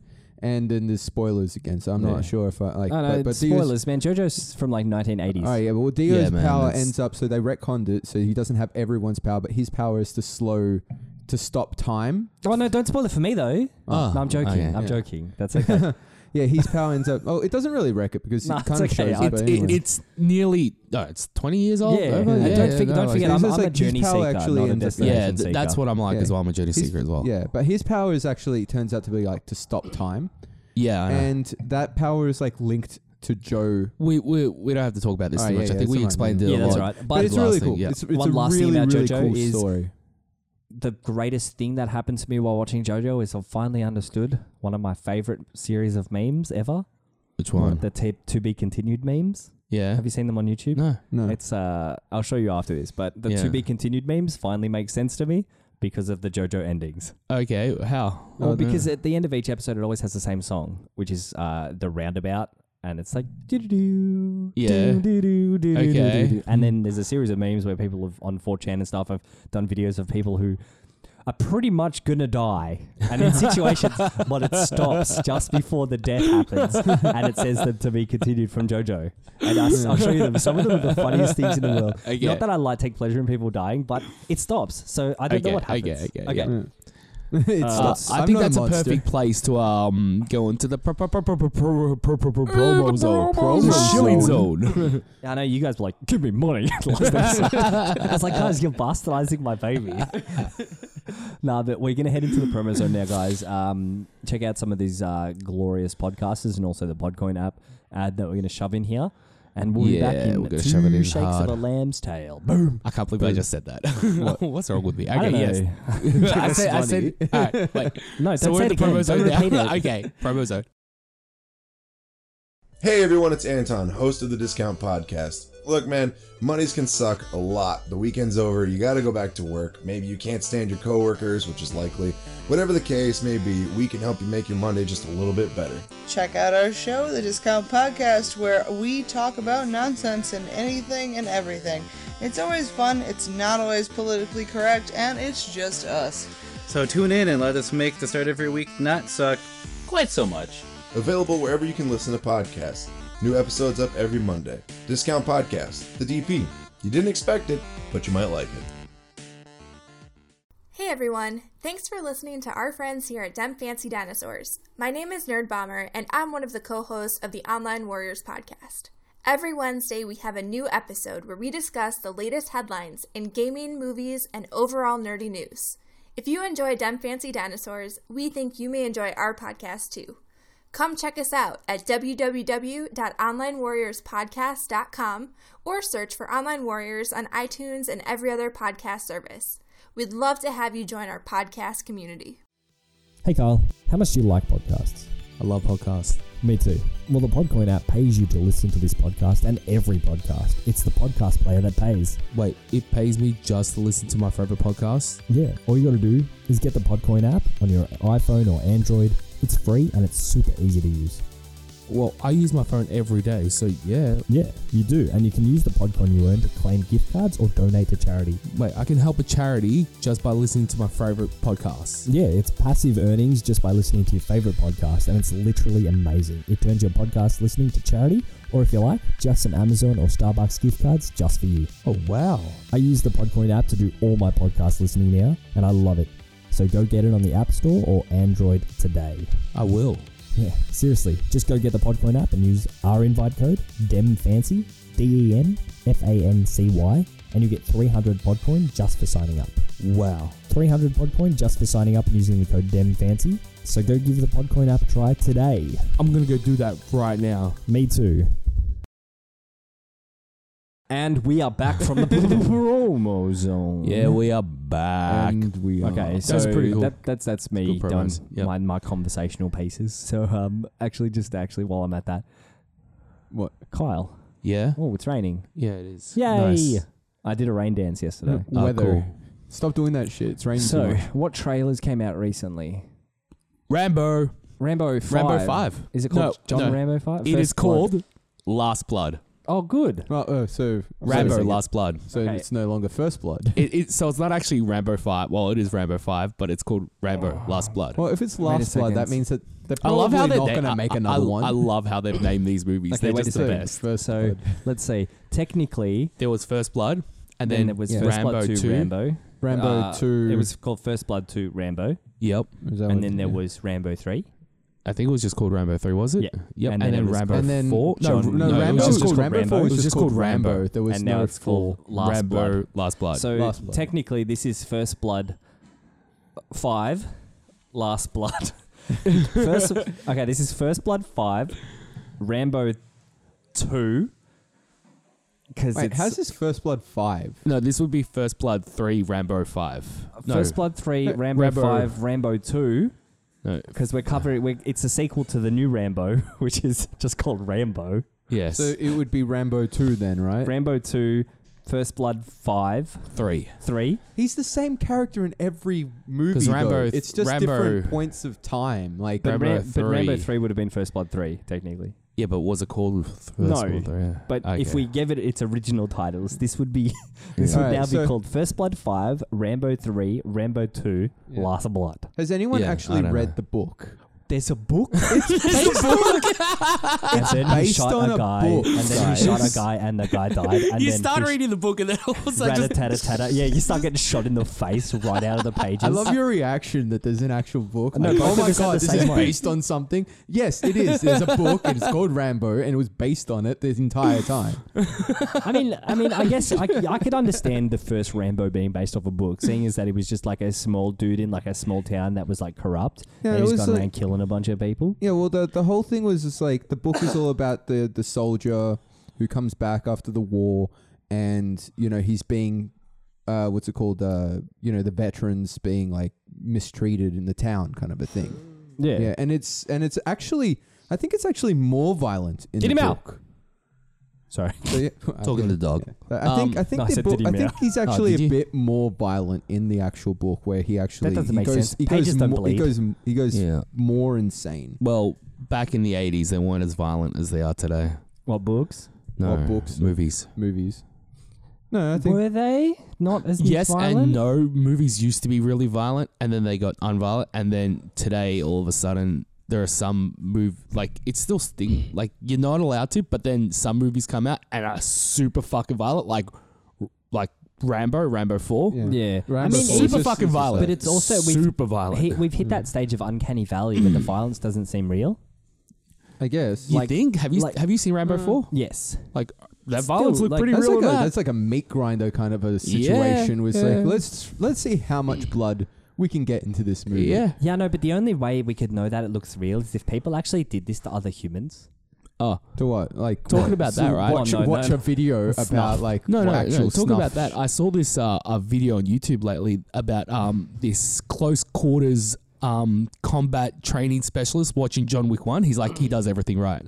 S4: and then there's spoilers again so i'm
S3: Yeah.
S4: not sure if i like
S3: Oh, no,
S4: but, but Dio's,
S3: spoilers, man. JoJo's from like 1980s.
S4: oh yeah well dio's
S2: Yeah, man,
S4: power
S2: that's-
S4: ends up so they retconned it so he doesn't have everyone's power but his power is to slow to stop time
S3: Oh no, don't spoil it for me though.
S2: Oh,
S3: no, I'm joking.
S2: okay.
S3: I'm
S4: Ah, Yeah.
S3: joking. That's okay.
S4: yeah his power ends up oh it doesn't really wreck it because
S3: Nah,
S4: it kind
S3: it's
S4: of
S3: okay.
S4: shows
S3: I-
S4: but
S2: it's,
S4: anyway.
S2: it, it's nearly no, it's twenty years old.
S3: Yeah,
S2: over?
S3: and
S4: yeah,
S3: don't,
S4: yeah,
S3: fig-
S4: no,
S3: don't
S4: it's-
S3: forget,
S4: it's
S3: I'm,
S4: just
S3: I'm a
S4: like
S3: journey
S4: Hugh Powell
S3: seeker,
S4: actually
S3: not a
S4: ends up
S3: destination
S2: yeah,
S3: seeker.
S2: th- that's what I'm like
S4: Yeah.
S2: as well. I'm a Jodie
S4: His-
S2: Seeker as well.
S4: Yeah, but his power is actually turns out to be like to stop time,
S2: yeah. I know.
S4: and that power is like linked to Joe.
S2: we, we we don't have to talk about this
S4: All
S2: too
S4: right,
S2: much.
S4: yeah,
S2: I think
S4: yeah,
S2: we
S4: it's all right,
S2: explained
S4: man.
S3: Oh,
S2: it
S3: Yeah,
S2: a
S3: that's
S2: lot.
S3: right. But,
S4: But it's really
S2: Everlasting,
S4: cool.
S2: yeah.
S4: It's, it's
S3: One
S4: a
S3: last thing
S4: really
S3: about
S4: really
S3: JoJo
S4: cool
S3: is-
S4: story.
S3: the greatest thing that happened to me while watching JoJo is I finally understood one of my favorite series of memes ever.
S2: Which one?
S3: The t- to be continued memes.
S2: yeah.
S3: Have you seen them on YouTube?
S2: No.
S4: No,
S3: It's uh, I'll show you after this. But the
S2: Mm. Yeah.
S3: to be continued memes finally make sense to me because of the JoJo endings.
S2: Okay. How?
S4: Oh,
S3: well, because at the end of each episode, it always has the same song, which is uh, the roundabout, and it's like doo doo doo
S2: Yeah.
S3: doo doo doo doo
S2: Okay.
S3: doo doo. And then there's a series of memes where people have on 4chan and stuff have done videos of people who are pretty much gonna die, and in situations, but it stops just before the death happens, and it says that to be continued from JoJo. And I, will show you them. Some of them are the funniest things in the world.
S2: Okay.
S3: Not that I like take pleasure in people dying, but it stops. So I don't
S2: Okay,
S3: know what
S2: okay,
S3: happens.
S2: okay, yeah.
S4: Yeah. It's
S3: Uh,
S4: not-
S2: I
S4: I'm
S2: think
S4: not
S2: that's a
S4: monster.
S2: perfect place to um go into the pro- pro- pro- pro- pro- pro- pro- pro-
S3: Uh,
S2: pro- promo zone,
S4: promo
S2: The shilling
S4: zone.
S2: zone.
S3: I know you guys were like, give me money. Last episode. I was like, guys, you're bastardizing my baby. nah, but we're going to head into the promo zone now, guys. Um, check out some of these uh, glorious podcasters and also the Podcoin app ad that we're going to shove in here. And we'll be back
S2: Yeah,
S3: in
S2: we're
S3: two
S2: gonna shove it in
S3: shakes
S2: hard.
S3: of a lamb's tail. Boom.
S2: I can't believe I just said that. What's wrong with me?
S3: I don't
S2: Okay, yes.
S3: know.
S2: I said. I said. All right, wait.
S3: No, don't
S2: So we're
S3: say
S2: in
S3: it
S2: the
S3: again.
S2: promo
S3: Don't
S2: zone
S3: repeat it.
S2: now. Okay, promo zone.
S5: Hey everyone, it's Anton, host of the Discount Podcast. Look, man, monies can suck a lot. The weekend's over, you gotta go back to work. Maybe you can't stand your coworkers, which is likely. Whatever the case may be, we can help you make your Monday just a little bit better.
S6: Check out our show, The Discount Podcast, where we talk about nonsense and anything and everything. It's always fun, it's not always politically correct, and it's just us.
S7: So tune in and let us make the start of your week not suck quite so much.
S5: Available wherever you can listen to podcasts. New episodes up every Monday. Discount Podcast, the DP. You didn't expect it, but you might like it.
S8: Hey everyone! Thanks for listening to our friends here at Dumb Fancy Dinosaurs. My name is Nerd Bomber, and I'm one of the co hosts of the Online Warriors podcast. Every Wednesday, we have a new episode where we discuss the latest headlines in gaming, movies, and overall nerdy news. If you enjoy Dumb Fancy Dinosaurs, we think you may enjoy our podcast too. Come check us out at www.onlinewarriorspodcast.com or search for Online Warriors on iTunes and every other podcast service. We'd love to have you join our podcast community.
S9: Hey Kyle, how much do you like podcasts?
S2: I love podcasts.
S9: Me too. Well, the Podcoin app pays you to listen to this podcast and every podcast. It's the podcast player that pays.
S2: Wait, it pays me just to listen to my favorite podcasts?
S9: Yeah, all you gotta do is get the Podcoin app on your iPhone or Android. It's free and it's super easy to use.
S2: Well, I use my phone every day, so yeah.
S9: Yeah, you do, and you can use the Podcoin you earn to claim gift cards or donate to charity.
S2: Wait, I can help a charity just by listening to my favorite podcasts.
S9: Yeah, it's passive earnings just by listening to your favorite podcast, and it's literally amazing. It turns your podcast listening to charity, or if you like, just some Amazon or Starbucks gift cards just for you.
S2: Oh, wow.
S9: I use the Podcoin app to do all my podcast listening now, and I love it. So go get it on the App Store or Android today.
S2: I will.
S9: Yeah, seriously, just go get the Podcoin app and use our invite code DEMFANCY, D E M F A N C Y, and you get 300 Podcoin just for signing up.
S2: Wow.
S9: 300 Podcoin just for signing up and using the code DEMFANCY. So go give the Podcoin app a try today.
S2: I'm going to go do that right now.
S9: Me too.
S3: And we are back from the promo zone.
S2: Yeah, we are back.
S4: And we are.
S3: Okay, so
S2: That's pretty cool.
S3: that, that's that's me
S2: Good
S3: done
S2: promos, yep.
S3: my, my conversational pieces. So um, actually, just actually while I'm at that,
S4: What?
S3: Kyle,
S2: Yeah?
S3: oh, it's raining!
S2: Yeah, it is.
S3: Yay!
S2: Nice.
S3: I did a rain dance yesterday.
S2: Ah,
S4: Weather.
S2: cool.
S4: Stop doing that shit. It's raining. too
S3: So,
S4: much.
S3: what trailers came out recently?
S2: Rambo.
S3: Rambo Five.
S2: Rambo 5.
S3: Is it
S2: No,
S3: called John
S2: no.
S3: Rambo Five?
S2: It
S3: First
S2: is
S3: Blood.
S2: called Last Blood.
S3: Oh, good.
S4: Well, uh, so
S2: Rambo
S4: So,
S2: Last Blood.
S4: so
S3: Okay.
S4: it's no longer first blood.
S2: It, it, so it's not actually Rambo 5. Well, it is Rambo 5, but it's called Rambo Last Blood.
S4: Well, if it's last blood, that
S3: seconds.
S4: means that they're
S2: I
S4: probably
S2: love how they're
S4: not going to make another one.
S2: I love how they've named these movies.
S3: Okay,
S2: they're
S3: wait
S2: just
S3: a
S2: the
S3: second.
S2: best.
S4: First
S3: So
S4: blood.
S3: let's see. Technically,
S2: There was First Blood, and
S3: then,
S2: then,
S3: it was
S4: yeah.
S3: First
S2: Rambo
S3: Blood 2,
S2: 2.
S3: Rambo.
S4: Rambo
S3: Uh,
S4: two.
S3: It was called First Blood 2 Rambo.
S2: Yep.
S4: Is that
S3: and
S4: what-
S3: then there
S4: yeah.
S3: was Rambo 3
S2: I think it was just called Rambo 3, was it?
S3: Yeah. And
S2: Yep. And,
S3: then
S2: then,
S3: it was-
S2: Rambo
S4: and then
S2: 4.
S4: no,
S3: John-
S4: no,
S2: no, it
S4: Rambo
S2: was
S4: was
S2: just
S4: called
S2: called
S4: Rambo.
S3: Rambo.
S4: Four
S3: It
S4: was
S2: was
S4: just
S2: just
S4: called
S2: called
S4: Rambo.
S2: Rambo.
S4: There was
S3: and
S4: no
S3: now it's called Last
S2: Rambo
S3: Blood.
S2: Last Blood.
S3: So
S4: Last Blood.
S3: technically, this is First Blood 5, Last Blood. First, okay, this is First Blood 5, Rambo 2. Because
S4: Wait,
S3: it's
S4: how's this first blood five?
S2: no, this would be First Blood 3, Rambo 5. No,
S3: First Blood 3,
S4: No,
S3: Rambo,
S2: Rambo-
S3: 5, Rambo 2.
S2: No.
S3: Because we're covering, we're, it's a sequel to the new Rambo, which is just called Rambo.
S2: Yes.
S4: So it would be Rambo two then, right?
S3: Rambo 2, First Blood 5,
S2: 3.
S3: 3.
S4: He's the same character in every movie.
S2: 'Cause Rambo
S4: though.
S2: th-
S4: It's just
S2: Rambo-
S4: different points of time. Like
S3: But,
S2: Rambo
S3: Ram- but Rambo
S2: 3.
S3: 3 would have been First Blood 3, technically.
S2: Yeah, but was it called First
S3: No,
S2: Blood 3? Yeah.
S3: But
S2: Okay.
S3: if we gave it its original titles, this would be this would
S4: Alright,
S3: now
S4: so-
S3: be called First Blood 5, Rambo 3, Rambo 2,
S4: Yeah.
S3: Last Blood.
S4: has anyone
S2: Yeah, I
S4: actually
S2: don't
S4: read
S2: know.
S4: the book?
S3: There's a book. There's a book. and then he
S4: based
S3: shot
S4: on
S3: a
S4: a
S3: guy,
S4: book,
S3: and then he
S4: guys.
S3: shot a guy, and the guy died. And
S2: you
S3: then
S2: start
S3: he
S2: reading the book and then all of a sudden just
S3: Rat-a-tat-a-tat-a. Yeah, you start getting shot in the face right out of the pages.
S4: I love your reaction that there's an actual book.
S3: No,
S4: Like,
S3: both
S4: oh
S3: of
S4: my
S3: us had
S4: god,
S3: the
S4: this
S3: same
S4: is
S3: one.
S4: based on something. Yes, it is. There's a book and it's called Rambo and it was based on it this entire time.
S3: I mean, I mean, I guess I, I could understand the first Rambo being based off a book, seeing as that he was just like a small dude in like a small town that was like corrupt.
S4: Yeah,
S3: and
S4: it
S3: he's
S4: was
S3: gone
S4: like-
S3: around killing a bunch of people.
S4: Yeah, well, the the whole thing was just like the book is all about the the soldier who comes back after the war, and you know he's being, uh, what's it called? Uh, you know the veterans being like mistreated in the town, kind of a thing.
S3: Yeah.
S4: Yeah, and it's and it's actually, I think it's actually more violent in
S3: Get
S4: the
S3: him out.
S4: book.
S3: Sorry.
S4: So, yeah,
S2: Talking to the dog.
S4: Yeah. I think
S3: Um,
S4: I think
S3: no, I
S4: the
S3: said,
S4: book,
S3: Oh, "Did he
S4: I
S3: meow?"
S4: think he's actually
S2: did
S4: a
S2: you?
S4: bit more violent in the actual book where he actually
S3: doesn't
S4: he
S3: make
S4: goes,
S3: sense.
S4: He
S3: Pages
S4: goes
S3: don't
S4: mo- he
S3: bleed.
S4: goes he goes
S2: Yeah.
S4: more insane.
S2: Well, back in the 80s, they weren't as violent as they are today.
S3: What books?
S2: No,
S4: Or books.
S2: movies.
S4: Movies. No, I think
S3: Were they not as
S2: Yes
S3: violent?
S2: and no. Movies used to be really violent, and then they got unviolent, and then today, all of a sudden, there are some move like it's still sting. Like you're not allowed to, but then some movies come out and are super fucking violent, like like Rambo, Rambo Four.
S3: Yeah,
S4: Right,
S3: I
S4: but
S3: mean,
S4: it's
S2: super
S3: even-
S4: just-
S2: fucking
S4: it's
S2: violent.
S4: like-
S3: but it's also we've,
S2: super violent.
S3: he- we've hit that stage of uncanny valley where the violence doesn't seem real.
S4: I guess.
S2: you
S3: like-
S2: think? Have you
S3: like-
S2: have you seen Rambo Four?
S3: Yes,
S2: Like that
S3: Still,
S2: violence looked
S3: like,
S2: pretty
S4: that's
S2: real.
S4: like, a,
S2: in that.
S4: that's like a meat grinder kind of a situation with
S2: yeah.
S4: like let's let's see how much blood we can get into this movie.
S2: yeah.
S3: yeah, no, but the only way we could know that it looks real is if people actually did this to other humans.
S2: Oh,
S4: To what? Like
S2: Talking
S4: what-
S2: about that, right?
S4: Watch,
S3: Well, no,
S4: watch
S3: no.
S4: a video
S3: Snuff.
S4: about like
S2: No, no,
S4: actual
S2: no. Talk
S4: snuff.
S2: about that. I saw this uh, a video on YouTube lately about um, this close quarters um, combat training specialist watching John Wick One. He's like, he does everything right.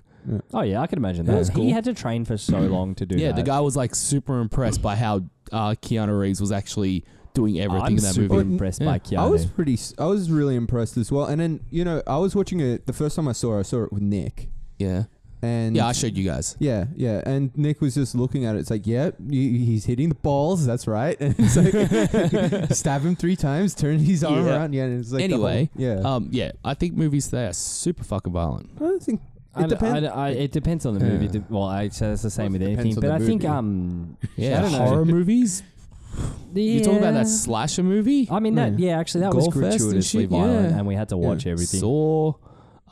S3: Oh yeah, I could imagine that.
S2: That's cool.
S3: He had to train for so long to do
S2: yeah,
S3: that.
S2: the guy was like super impressed by how uh, Keanu Reeves was actually doing everything
S3: I'm
S2: in that
S3: super
S2: movie.
S3: impressed
S2: Yeah.
S3: by Keanu.
S4: I was pretty. s- I was really impressed as well. And then you know, I was watching it the first time I saw. it, I saw it with Nick,
S2: Yeah,
S3: Mm.
S4: and
S2: yeah, I showed you guys.
S4: yeah, yeah. And Nick was just looking at it. It's like, yeah, he- he's hitting the balls. That's right. And it's like, stab him three times, turn his arm
S2: Yeah.
S4: around. Yeah. And it's like, the
S2: anyway,
S4: whole- yeah.
S2: um, yeah, I think movies they are super fucking violent.
S4: I don't think
S3: I
S4: it
S3: d- I
S4: depends.
S3: d- I- it depends on the movie.
S4: Yeah.
S3: Dep- Well, I so that's the same with
S4: depends
S3: anything.
S4: on
S3: But
S4: the
S3: I think
S4: movie.
S3: um, I
S2: Yeah,
S3: don't know.
S2: horror movies.
S3: yeah.
S2: You're talking about that slasher movie.
S3: I mean that. Yeah, actually, that was
S2: Gore fest and
S3: gratuitously
S2: shit,
S3: violent,
S2: yeah.
S3: and we had to
S4: Yeah.
S3: watch everything.
S2: Saw,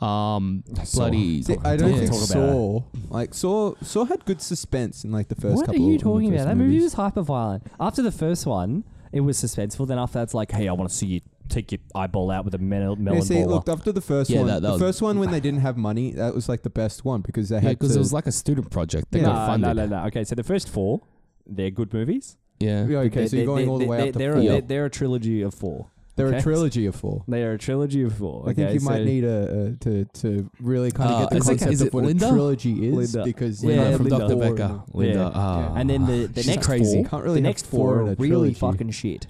S2: um, bloody.
S4: See, I don't
S2: Yeah.
S4: think
S3: Talk about
S4: Saw like Saw Saw had good suspense in like the first
S3: what are
S4: couple.
S3: you
S4: of the
S3: talking about?
S4: first
S3: That movie
S4: movies.
S3: was hyper violent. After the first one, it was suspenseful. Then after that's like, hey, I want to see you take your eyeball out with a mel- melon
S4: Yeah, see,
S3: baller.
S4: look after the first
S2: Yeah,
S4: one.
S2: that- that
S4: the
S2: was-
S4: first one when they didn't have money, that was like the best one because they
S2: Yeah,
S4: had
S2: because
S4: to-
S2: it was like a student project. They
S4: Yeah.
S2: got
S3: no,
S2: funded.
S3: no, no, no. Okay, so the first four, they're good movies.
S2: Yeah. uh,
S4: Yeah, okay, so
S3: They-
S4: you're going
S3: they-
S4: all the
S3: they-
S4: way
S3: they-
S4: up to
S3: they're,
S4: four.
S3: A,
S4: They're,
S3: they're, a trilogy of four.
S4: a
S3: okay.
S4: trilogy of four.
S3: They are a trilogy of four.
S4: I think
S3: okay,
S4: you
S3: so- Ah,
S4: might need a, a to to really kind of
S2: Uh,
S4: get the
S2: it's like-
S4: concept
S2: is
S4: of
S2: it
S4: what
S2: Linda?
S4: a trilogy is
S3: Linda.
S4: because
S3: Linda
S4: yeah,
S3: from
S4: Linda.
S3: Dr.
S2: Becker. Linda, ah.
S3: and then the, the
S2: She's
S3: next
S2: crazy.
S3: four,
S4: Can't really
S3: the
S4: have
S3: next
S4: four
S3: four,
S4: in
S3: are
S4: a
S3: really
S4: trilogy.
S3: fucking shit.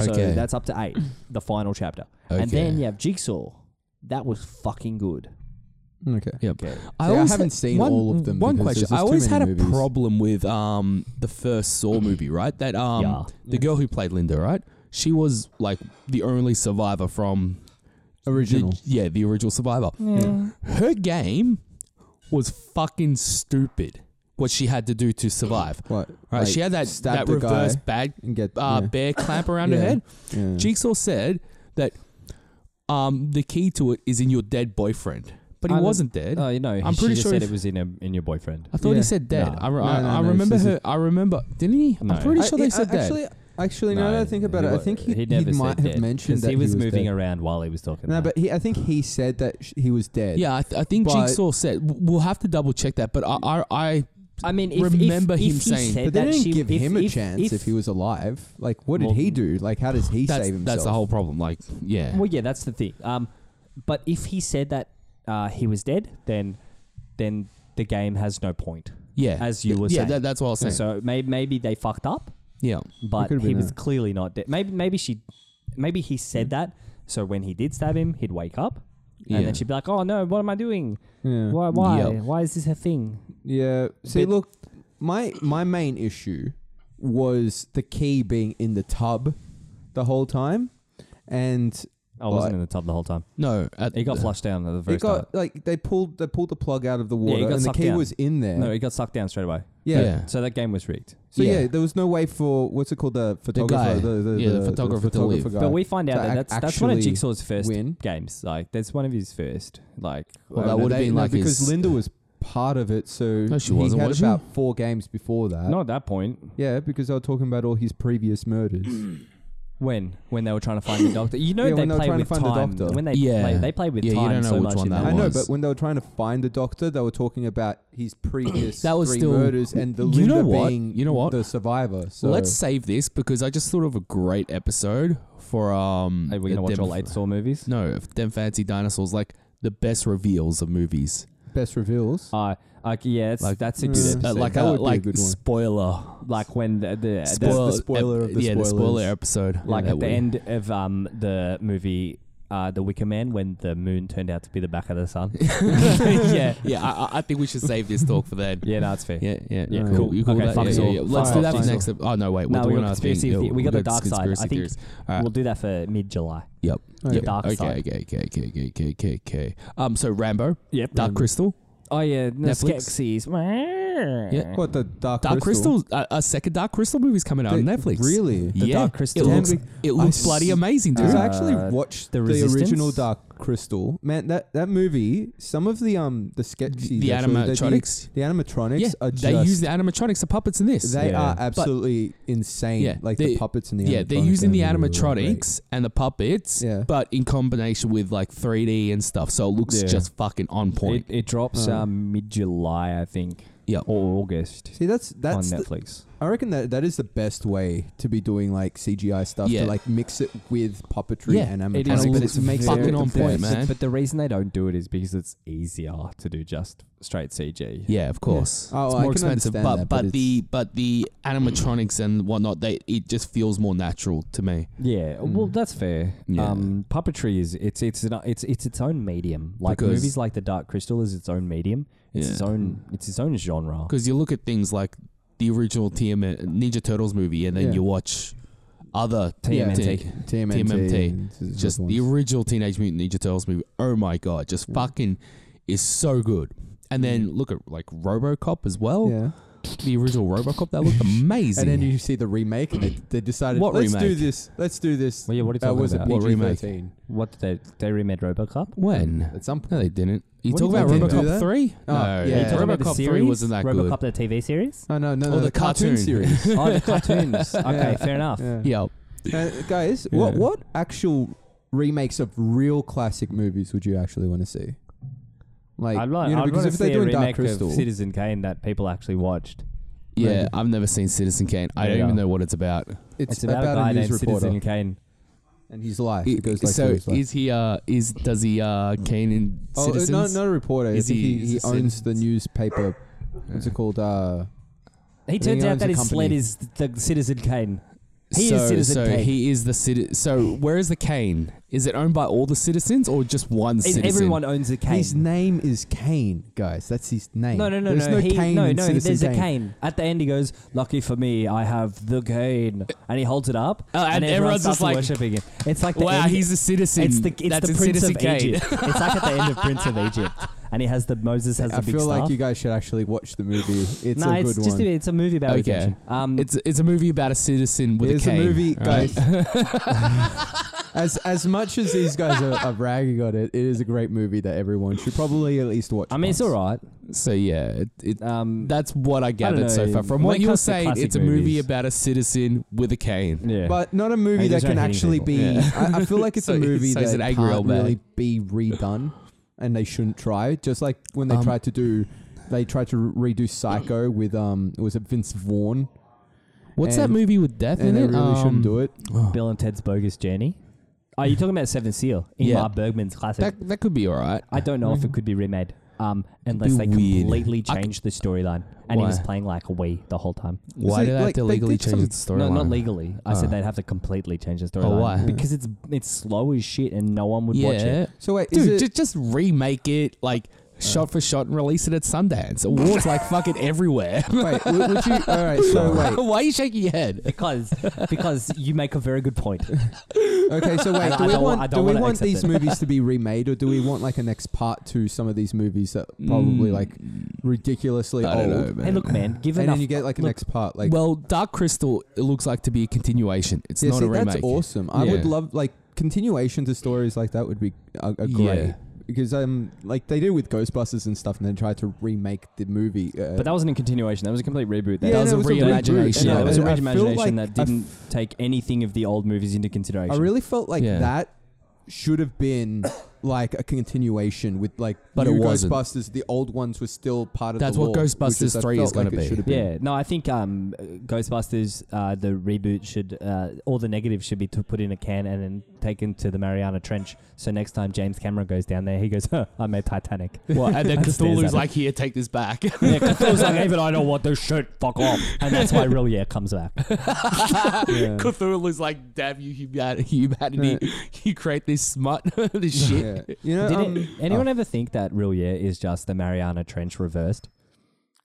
S3: So
S2: Okay.
S3: that's up to eight, the final chapter, and
S2: Okay.
S3: then you have Jigsaw. That was fucking good.
S4: Okay.
S2: Yep.
S3: Okay.
S4: See, I haven't seen all of them
S2: One
S4: because
S2: question:
S4: there's
S2: I
S4: just too
S2: always had
S4: many
S2: a
S4: movies.
S2: problem with um the first Saw movie, right? That um
S3: Yeah.
S2: the girl who played Linda, right? She was like the only survivor from
S4: Original.
S2: The, yeah, the original survivor. Her game was fucking stupid. What she had to do to survive.
S4: What?
S2: Right,
S4: Like,
S2: she had that
S4: stab
S2: that
S4: the
S2: reverse
S4: guy
S2: bag
S4: and get
S2: uh,
S4: yeah,
S2: bear clamp around her
S4: Yeah.
S2: head.
S4: yeah.
S2: Jigsaw said that um, the key to it is in your dead boyfriend, but he
S3: I don't-
S2: wasn't dead.
S3: Oh, you know,
S2: I'm
S3: she
S2: pretty
S3: just
S2: sure
S3: said
S2: if-
S3: it was in a, in your boyfriend.
S2: I thought
S4: Yeah.
S2: he said dead.
S3: No.
S2: I, re-
S4: No,
S2: I,
S4: no,
S2: I
S4: no,
S2: remember
S4: it's
S2: her. I remember. Didn't he?
S3: No.
S2: I'm pretty
S4: I-
S2: sure they
S4: I-
S2: said
S4: actually,
S2: dead.
S4: Actually, now that I think about it, I think he, he,
S3: never
S4: might
S3: said
S4: have
S3: dead,
S4: mentioned
S3: 'cause
S4: that
S3: he was, moving
S4: dead.
S3: around while he was talking.
S4: No,
S3: that.
S4: but he, I think he said that sh- he was dead.
S2: Yeah, I, th- I think
S4: But-
S2: Jigsaw said. w- We'll have to double check that, but I, I, I
S3: I mean, if,
S2: remember
S3: if, if
S2: him
S3: he
S2: saying-
S3: said
S4: But they
S3: that
S4: didn't
S3: she-
S4: give
S3: if-
S4: him a
S3: if-
S4: chance if, he was alive. Like, what did
S3: Well,
S4: he do? Like, how does he
S2: that's
S4: save himself?
S2: that's the whole problem. Like, yeah,
S3: Well, yeah, that's the thing. Um, but if he said that uh, he was dead, then then the game has no point.
S2: yeah,
S3: as you were
S2: yeah,
S3: saying.
S2: that, that's what I was saying.
S3: So maybe maybe they fucked up,
S2: yeah,
S3: but
S4: could've
S3: he
S4: been
S3: was
S4: that.
S3: clearly not dead. Maybe maybe she, maybe he said that. So when he did stab him, he'd wake up,
S2: yeah.
S3: and then she'd be like, "Oh no, what am I doing?
S4: Yeah.
S3: Why why
S2: Yep.
S3: why is this a thing?"
S4: Yeah. See,
S3: But-
S4: look, my my main issue was the key being in the tub the whole time, and
S3: I wasn't
S4: Like-
S3: in the tub the whole time.
S2: no, at,
S3: It got flushed down at the
S4: it
S3: first
S4: got like they pulled they pulled the plug out of the
S3: it
S4: water,
S3: got
S4: and the
S3: sucked
S4: key
S3: down.
S4: was in there.
S3: time. No, it got sucked down straight away.
S4: yeah.
S2: Yeah.
S3: So that game was rigged.
S4: So yeah.
S2: Yeah.
S4: there was no way for what's it called the
S2: guy.
S4: photographer, the, the,
S2: Yeah, the photographer to leave.
S4: guy.
S3: But we find out
S4: to
S3: that
S4: ac-
S3: that's that's one of
S4: actually
S3: Jigsaw's first
S4: win.
S3: games. Like that's one of his first. Like
S2: Well,
S4: I
S2: that
S4: don't know,
S2: would've
S4: they-
S2: been
S4: no,
S2: like
S4: because
S2: his-
S4: Linda was part of it, so
S2: No, she
S4: he
S2: wasn't,
S4: had
S2: was she?
S4: about four games before that.
S3: not at that point.
S4: Yeah, because they were talking about all his previous murders.
S3: Mm. When when they were trying to find the doctor, you know
S4: Yeah,
S3: they
S4: when they were
S3: play
S4: trying to
S3: with
S4: find the
S3: time.
S4: doctor.
S3: When they
S2: Yeah.
S3: play, they play with
S2: Yeah, you
S3: time
S2: don't know
S3: so
S2: which
S3: much
S2: one
S3: in
S2: that
S3: that.
S4: I know,
S2: was.
S4: but when they were trying to find the doctor, they were talking about his previous
S2: That was
S4: three
S2: still-
S4: murders and the
S2: You
S4: Linda
S2: know what?
S4: being
S2: You know what?
S4: the survivor. So
S2: Let's save this because I just thought of a great episode for um.
S3: Are we gonna watch
S2: them-
S3: all eight Saw movies?
S2: No, of them fancy dinosaurs like the best reveals of movies.
S4: best reveals.
S3: Uh, like Mm. yeah, it's,
S2: Like-
S3: that's a good
S4: Yeah.
S3: episode.
S2: Uh,
S4: Sick.
S2: like
S4: That
S2: a,
S4: would be a
S2: like
S4: good one.
S2: spoiler,
S3: Like when the, the, the
S2: spoiler,
S4: spoiler of the
S2: yeah, the spoiler
S4: spoilers.
S2: episode.
S3: like
S2: Yeah,
S3: at
S2: that
S3: the
S2: we-
S3: end of um the movie uh, the Wicker Man when the moon turned out to be the back of the sun.
S2: yeah, yeah. I, I- I think we should save this talk for then.
S3: yeah, no, that's fair.
S2: Yeah, yeah, yeah.
S3: Alright.
S2: Cool. You cool
S3: Okay,
S2: with that?
S3: fuck
S2: Yeah,
S3: us
S2: yeah,
S3: all.
S2: yeah. Let's
S3: Fuck
S2: do
S3: us
S2: that
S3: all.
S2: for next. ep- Oh no, wait. We're
S3: No, we
S2: doing
S3: got
S2: our
S3: conspiracy
S2: thing. Yeah,
S3: the- we got the
S2: got
S3: dark side.
S2: conspiracy
S3: I think-
S2: theories. Alright.
S3: We'll do that for mid July.
S2: Yep.
S3: The dark
S2: okay,
S3: side.
S2: okay, okay, okay, okay, okay, okay, okay. Um, so Rambo,
S3: Yep.
S2: Dark Crystal,
S3: Oh yeah, no,
S2: Netflix.
S3: Skeksis.
S2: Yeah.
S4: What the Dark,
S2: Dark
S4: Crystal?
S2: Crystal, uh, a second Dark Crystal movie's coming out on
S4: The-
S2: Netflix.
S4: Really?
S2: yeah.
S3: Dark Crystal.
S2: It looks,
S4: Damn,
S2: it
S4: I
S2: looks
S4: s-
S2: bloody amazing, dude.
S4: Dude, I
S3: Uh,
S4: actually watched
S3: The
S4: the, original
S3: Resistance?
S4: Dark Crystal. Man, that, that movie, some of the um the sketches,
S2: the
S4: actually, they do-
S2: animatronics.
S4: the animatronics
S2: yeah,
S4: are just
S2: they use the animatronics, the puppets in this.
S4: They
S3: Yeah.
S4: are absolutely insane.
S2: Yeah,
S4: like
S2: they-
S4: the puppets and the
S2: yeah, they're
S4: animatronics
S2: using
S4: are
S2: the
S4: really, really great.
S2: animatronics and the puppets,
S4: Yeah.
S2: but in combination with like 3D and stuff. So it looks
S3: Yeah.
S2: just fucking on
S3: It,
S2: point.
S3: it drops
S4: Oh.
S3: um, mid July, I think.
S2: Yep.
S3: Or August
S4: See, that's
S3: on
S4: that's. The,
S3: Netflix.
S4: I reckon that that is the best way to be doing like CGI stuff
S2: Yeah.
S4: to like mix it with puppetry
S2: Yeah,
S4: and
S3: it
S4: animatronics.
S3: is,
S4: but
S3: but
S4: it's
S3: it makes it
S4: very
S2: fucking on
S4: complex.
S2: point, man.
S3: But the reason they don't do it is because it's easier to do just straight CG.
S2: yeah, of course.
S4: Oh,
S2: it's
S4: I
S2: more
S4: can
S2: expensive,
S4: understand
S2: but
S4: that,
S2: but
S4: but
S2: the but the animatronics and whatnot, they it just feels more natural to me.
S3: Yeah, well, that's fair.
S2: Mm. Yeah.
S3: Um, puppetry is it's it's an, it's it's its own medium. Like
S2: Because-
S3: movies like The Dark Crystal is its own medium. It's
S2: Yeah.
S3: its own it's its own genre.
S2: Because you look at things like the original TM Ninja Turtles movie, and then
S4: Yeah.
S2: you watch other
S4: Yeah.
S3: TMNT.
S2: t-
S4: TMNT.
S2: TMNT.
S4: and this is
S2: just
S4: other
S2: the
S4: ones.
S2: original Teenage Mutant Ninja Turtles movie. Oh my god, just fucking is so good. And then look at like RoboCop as well.
S4: Yeah.
S2: The original RoboCop that looked amazing.
S4: And then you see the remake, and they, they decided
S2: What
S4: let's do
S2: remake?
S4: this. Let's do this.
S3: Well, yeah, what are you
S4: uh,
S3: talking
S4: was it
S3: about?
S2: What remake?
S4: PG-13?
S3: What did they they remade RoboCop?
S2: when?
S4: At some point.
S2: No, they didn't. You
S3: What
S2: talk
S3: do you
S2: about
S4: mean they didn't do
S2: RoboCop
S4: that?
S2: three?
S4: Oh,
S2: no,
S4: yeah. Are you
S3: Talking about the
S2: RoboCop three
S3: series?
S2: wasn't that good.
S3: RoboCop the TV series?
S4: Oh no, no,
S2: Oh,
S4: no
S2: the
S4: the, cartoon,
S2: cartoon.
S4: series.
S3: oh, the cartoons. Okay,
S4: Yeah.
S3: fair enough.
S4: Yeah.
S2: Yeah,
S4: Uh, guys, what
S2: Yeah.
S4: what actual remakes of real classic movies would you actually want to see? Like,
S3: I'd like,
S4: you know,
S3: I'd
S4: because
S3: wanna
S4: if
S3: see
S4: they're
S3: a
S4: doing Dark
S3: remake
S4: Crystal,
S3: of Citizen Kane that people actually watched.
S2: yeah.
S4: Maybe.
S2: I've never seen Citizen Kane. I
S3: There
S2: don't
S3: you
S2: even
S3: go.
S2: know what it's about.
S4: it's,
S3: It's about, a guy
S4: a news
S3: named
S4: reporter
S3: Citizen Kane.
S4: and his life.
S2: It-
S4: It goes like
S2: so
S4: this, like-
S2: is he? Uh, is does he? Uh, Kane in
S4: oh, it's
S2: Citizens?
S4: not not a reporter. I
S2: Is
S4: think
S2: he-
S4: he,
S2: is
S4: he
S2: it
S4: owns the
S2: Citizens?
S4: newspaper. What's it called? Uh,
S3: He
S4: think
S3: turns
S4: he
S3: out
S4: owns
S3: that
S4: a
S3: his
S4: company.
S3: sled is the Citizen Kane. He
S2: so,
S3: is Citizen
S2: so
S3: Kane.
S2: he is the citi- So where is the Kane? Is it owned by all the citizens or just one
S3: Is-
S2: citizen?
S3: Everyone owns a Kane.
S4: his name is Kane, guys. That's his name.
S3: No, no, no,
S4: There's
S3: no.
S4: no
S3: he,
S4: Kane
S3: no,
S4: in
S3: no.
S4: Citizen
S3: There's a
S4: Kane.
S3: cane. At the end, he goes, "Lucky for me, I have the cane," and he holds it up,
S2: Oh, and everyone's
S3: starts
S2: just like,
S3: worshiping him. It's like the
S2: Wow,
S3: end-
S2: he's a citizen.
S3: it's the it's
S2: That's
S3: the
S2: in
S3: Prince
S2: Citizen
S3: of
S2: Kane.
S3: Egypt. it's like at the end of Prince of Egypt, and he has the Moses has
S4: I
S3: the big
S4: feel like
S3: staff.
S4: you guys should actually watch the movie. It's
S3: no,
S4: a good
S3: it's
S4: one.
S3: just a, it's a movie about
S2: Okay.
S3: redemption. Um,
S2: It's it's a movie about a citizen with
S4: It is
S2: a cane.
S4: movie,
S2: all right?
S4: guys. as as much as these guys are, are bragging on it, it is a great movie that everyone should probably at least watch.
S3: I mean, it's
S4: once.
S3: all right.
S2: So yeah, it, it,
S3: Um,
S2: that's what I gathered
S3: know,
S2: so far from
S3: when
S2: what
S3: it
S2: you were
S3: comes to
S2: saying.
S3: classic
S2: It's a movie
S3: movies-
S2: about a citizen with a cane.
S3: yeah,
S4: But not a movie
S3: Hey,
S4: that
S3: there's no
S4: can
S3: hitting
S4: actually
S3: people.
S4: be.
S2: Yeah.
S4: I, I feel like it's
S2: So-
S4: a movie
S2: so
S4: that
S2: he's an angry
S4: can't
S2: old man.
S4: really be redone, and they shouldn't try. Just like when they
S2: Um,
S4: tried to do, they tried to redo Psycho with um, was it Vince Vaughn?
S2: What's that
S4: And-
S2: movie with death in
S4: And they
S2: it? Um,
S4: really shouldn't do it.
S3: Bill and Ted's Bogus Journey. Are you talking about Seven Seal? Ingmar
S2: Yeah.
S3: Bergman's classic.
S2: That that could be all right.
S3: I don't know if it could be remade. Um, unless
S2: be
S3: they
S2: weird.
S3: completely
S2: I c-
S3: changed the storyline, and he was
S2: Why?
S3: playing like a Wii the whole time.
S2: Why
S4: It's
S2: did I have
S4: like-
S2: to
S4: like they
S2: legally
S4: did
S2: change
S4: some-
S2: the storyline?
S3: No, not legally. I
S2: Oh.
S3: said they'd have to completely change the storyline.
S2: why?
S3: Because it's it's slow as shit, and no one would
S2: Yeah,
S3: watch it.
S4: So wait, is
S2: dude,
S4: it, Uh.
S2: ju- just remake it like shot for shot and release it at Sundance. Awards like fucking everywhere.
S4: wait, would, would you? All right, so wait.
S2: Why are you shaking your head?
S3: Because because you make a very good point.
S4: Okay, so wait.
S3: I
S4: Do we
S3: don't- I don't
S4: want, do we
S3: wanna
S4: want
S3: accept
S4: these
S3: it.
S4: movies to be remade, or do we want like a next part to some of these movies that
S3: Mm.
S4: probably like ridiculously
S2: I don't
S4: old?
S2: know, man.
S3: hey, look, man, give
S4: and
S3: enough.
S4: then you get like a
S3: look,
S4: next part, like
S2: well, Dark Crystal it looks like to be a continuation. It's
S4: yeah,
S2: not
S4: see,
S2: a remake.
S4: That's awesome. I would
S2: Yeah.
S4: love like continuation to stories like that would be a, a great
S2: Yeah.
S4: because um like they do with Ghostbusters and stuff, and then try to remake the movie. Uh,
S3: But that wasn't a continuation. That was a complete reboot.
S4: Yeah,
S2: that was
S4: no,
S2: a
S4: it was a reboot,
S2: reimagination.
S4: and
S3: Yeah,
S4: I-
S3: it was a
S4: I feel
S3: reimagination
S4: like
S3: that
S4: I f-
S3: didn't take anything of the old movies into consideration.
S4: I really felt like
S2: Yeah.
S4: that should have been like a continuation with like
S2: But it
S4: new
S2: wasn't.
S4: Ghostbusters. The old ones were still part of
S2: That's
S4: the
S2: what
S4: lore, which
S2: Ghostbusters
S4: I
S2: 3 is
S4: felt like
S2: gonna
S4: it
S2: be.
S4: should have been.
S3: Yeah, no, I think um, Ghostbusters, uh, the reboot should, uh, all the negatives should be to put in a can and then taken to the Mariana Trench. So next time James Cameron goes down there, he goes, huh, "I made Titanic."
S2: Well, and then
S3: Just stares at
S2: Cthulhu's
S3: it.
S2: like, here, take this back.
S3: yeah, Cthulhu's like, even I don't want this shit. Fuck off. And that's why real yeah comes back.
S2: Cthulhu's like, damn you, huma- humanity. You create this smut, this shit.
S4: Yeah. You know,
S3: Did
S4: um,
S3: it,
S2: oh.
S3: anyone ever think that real yeah is just the Mariana Trench reversed?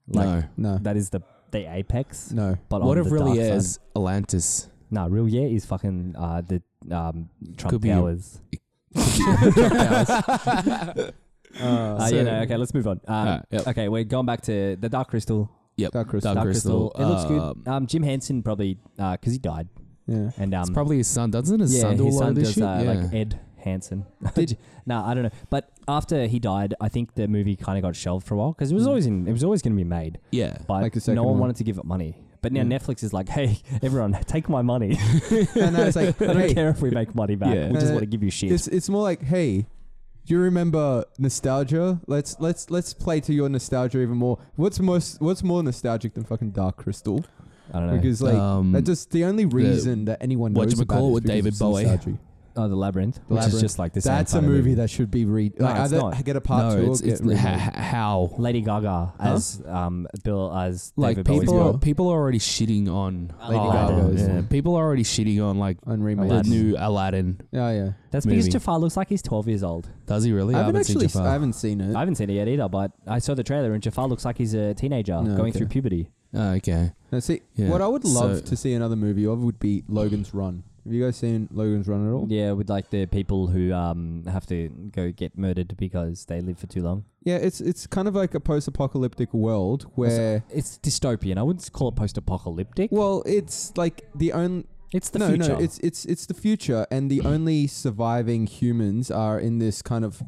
S3: Like
S4: no,
S3: that is the the apex.
S4: no.
S3: But
S2: What
S3: on
S2: if
S3: the
S2: really
S3: dark side.
S2: is Atlantis?
S3: No, real yeah is fucking uh, the um, Trump
S2: Could be-
S3: Towers.
S4: Uh,
S3: Uh, yeah, no, okay, let's move on. Um,
S2: Alright, yep.
S3: Okay, we're going back to the Dark Crystal.
S2: Yep.
S4: Dark Crystal.
S2: Dark
S3: Dark Crystal.
S2: Crystal,
S3: It looks good.
S2: um,
S3: Um, Jim Henson probably because he died,
S4: yeah.
S3: and um,
S2: It's probably his son. Doesn't his
S3: yeah,
S2: son do a
S3: his
S2: lot
S3: son
S2: of
S3: does
S2: this shit?
S3: uh,
S2: yeah.
S3: like Ed Hansen. no, I don't know. But after he died, I think the movie kind of got shelved for a while because
S2: Mm.
S3: it was always in, it was always going to be made,
S2: yeah.
S3: but
S4: Like the second
S3: no one,
S4: one. Mm.
S3: wanted to give it money. But now
S4: Yeah.
S3: Netflix is like, hey, everyone, take my money.
S4: And I was like,
S3: I don't
S4: hey,
S3: care if we make money back.
S2: Yeah.
S3: We just
S4: Uh,
S3: want to give you shit.
S4: It's it's more like, hey, do you remember nostalgia? Let's let's let's play to your nostalgia even more. What's most what's more nostalgic than fucking Dark Crystal?
S3: I don't know.
S4: Because like
S2: Um,
S4: that just the only reason that anyone knows about
S2: whatchamacallit with
S4: it is because
S2: David
S4: it's
S2: Bowie.
S4: nostalgia.
S3: oh, the labyrinth,
S4: uh, The
S3: which is
S4: Labyrinth.
S3: just like this.
S4: That's a movie that should be re
S3: No,
S4: like,
S3: it's
S4: either
S3: not.
S4: get a part
S2: no,
S4: two.
S2: it's,
S4: or
S2: it's
S4: get remade.
S2: h- how?
S3: Lady Gaga as um Bill as
S2: Like
S3: David Bowie's Oh,
S2: people,
S3: girl.
S2: are, people are already shitting on
S3: Lady
S4: Gaga
S2: Aladdin.
S4: is
S2: Yeah,
S4: like-
S2: People are already shitting on like
S4: on remade.
S2: the
S3: Aladdin.
S2: new Aladdin.
S4: Oh yeah.
S3: That's because
S2: movie.
S3: Jafar looks like he's 12 years old.
S2: Does he really?
S4: I haven't
S2: seen
S4: actually.
S2: Jafar.
S4: I haven't seen it.
S3: I haven't seen it yet either, but I saw the trailer and Jafar looks like he's a teenager
S4: No,
S3: going
S4: okay.
S3: through puberty.
S2: Oh, okay.
S4: Now, see,
S2: Yeah,
S4: what I would
S2: so-
S4: love to see another movie of would be Logan's Run. Have you guys seen Logan's Run at all?
S3: Yeah, with like the people who um have to go get murdered because they live for too long.
S4: Yeah, it's it's kind of like a post-apocalyptic world where.
S3: It's dystopian. I wouldn't call it post-apocalyptic.
S4: Well, it's like the only
S3: it's the
S4: no,
S3: future.
S4: no, it's it's it's the future, and the only surviving humans are in this kind of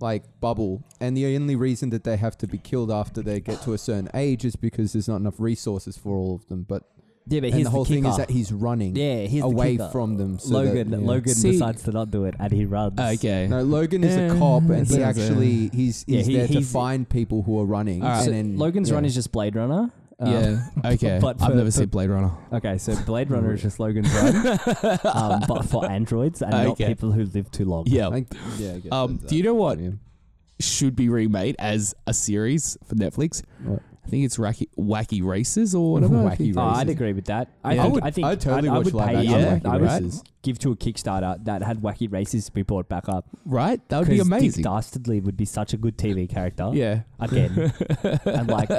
S4: like bubble, and the only reason that they have to be killed after they get to a certain age is because there's not enough resources for all of them. But
S3: yeah, but
S4: and
S3: here's
S4: the whole thing is
S3: kicker.
S4: that he's running.
S3: yeah, here's the
S4: away
S3: kicker.
S4: from them so that-
S3: Logan,
S4: yeah.
S3: Logan
S2: See-
S3: decides to not do it, and he runs.
S2: Okay.
S4: No, Logan is
S2: Eh,
S4: a cop, and he
S2: sounds, uh,
S4: actually he's he's
S3: Yeah, he-
S4: there
S3: he's-
S4: to find people who are running.
S2: All right.
S4: and
S3: So
S4: then,
S3: Logan's
S4: yeah.
S3: run is just Blade Runner. Um,
S2: yeah. Okay.
S3: but
S2: I've
S3: for-
S2: never
S3: for-
S2: seen Blade Runner.
S3: Okay, so Blade Runner is just Logan's run, um, but for androids and not
S2: Okay.
S3: people who live too long.
S2: Yeah.
S4: Like, yeah, I guess
S3: Uh,
S2: Um,
S4: that's
S2: do you know what
S4: that.
S2: should be remade as a series for Netflix?
S4: What?
S2: I think it's Wacky, wacky Races or whatever. I
S4: Wacky
S2: think-
S4: Races.
S3: Oh, I'd agree with that. I,
S2: Yeah.
S3: think,
S2: I would-
S3: I think
S4: I'd totally
S3: I,
S4: watch
S3: would
S4: live
S3: pay,
S4: action
S2: Yeah.
S4: Wacky
S3: I would
S4: Races.
S3: give to a Kickstarter that had wacky races to be brought back up.
S2: Right? That would be
S3: 'Cause
S2: amazing.
S3: Oh, Dick Dastardly would be such a good TV character.
S2: Yeah.
S3: Again, and like,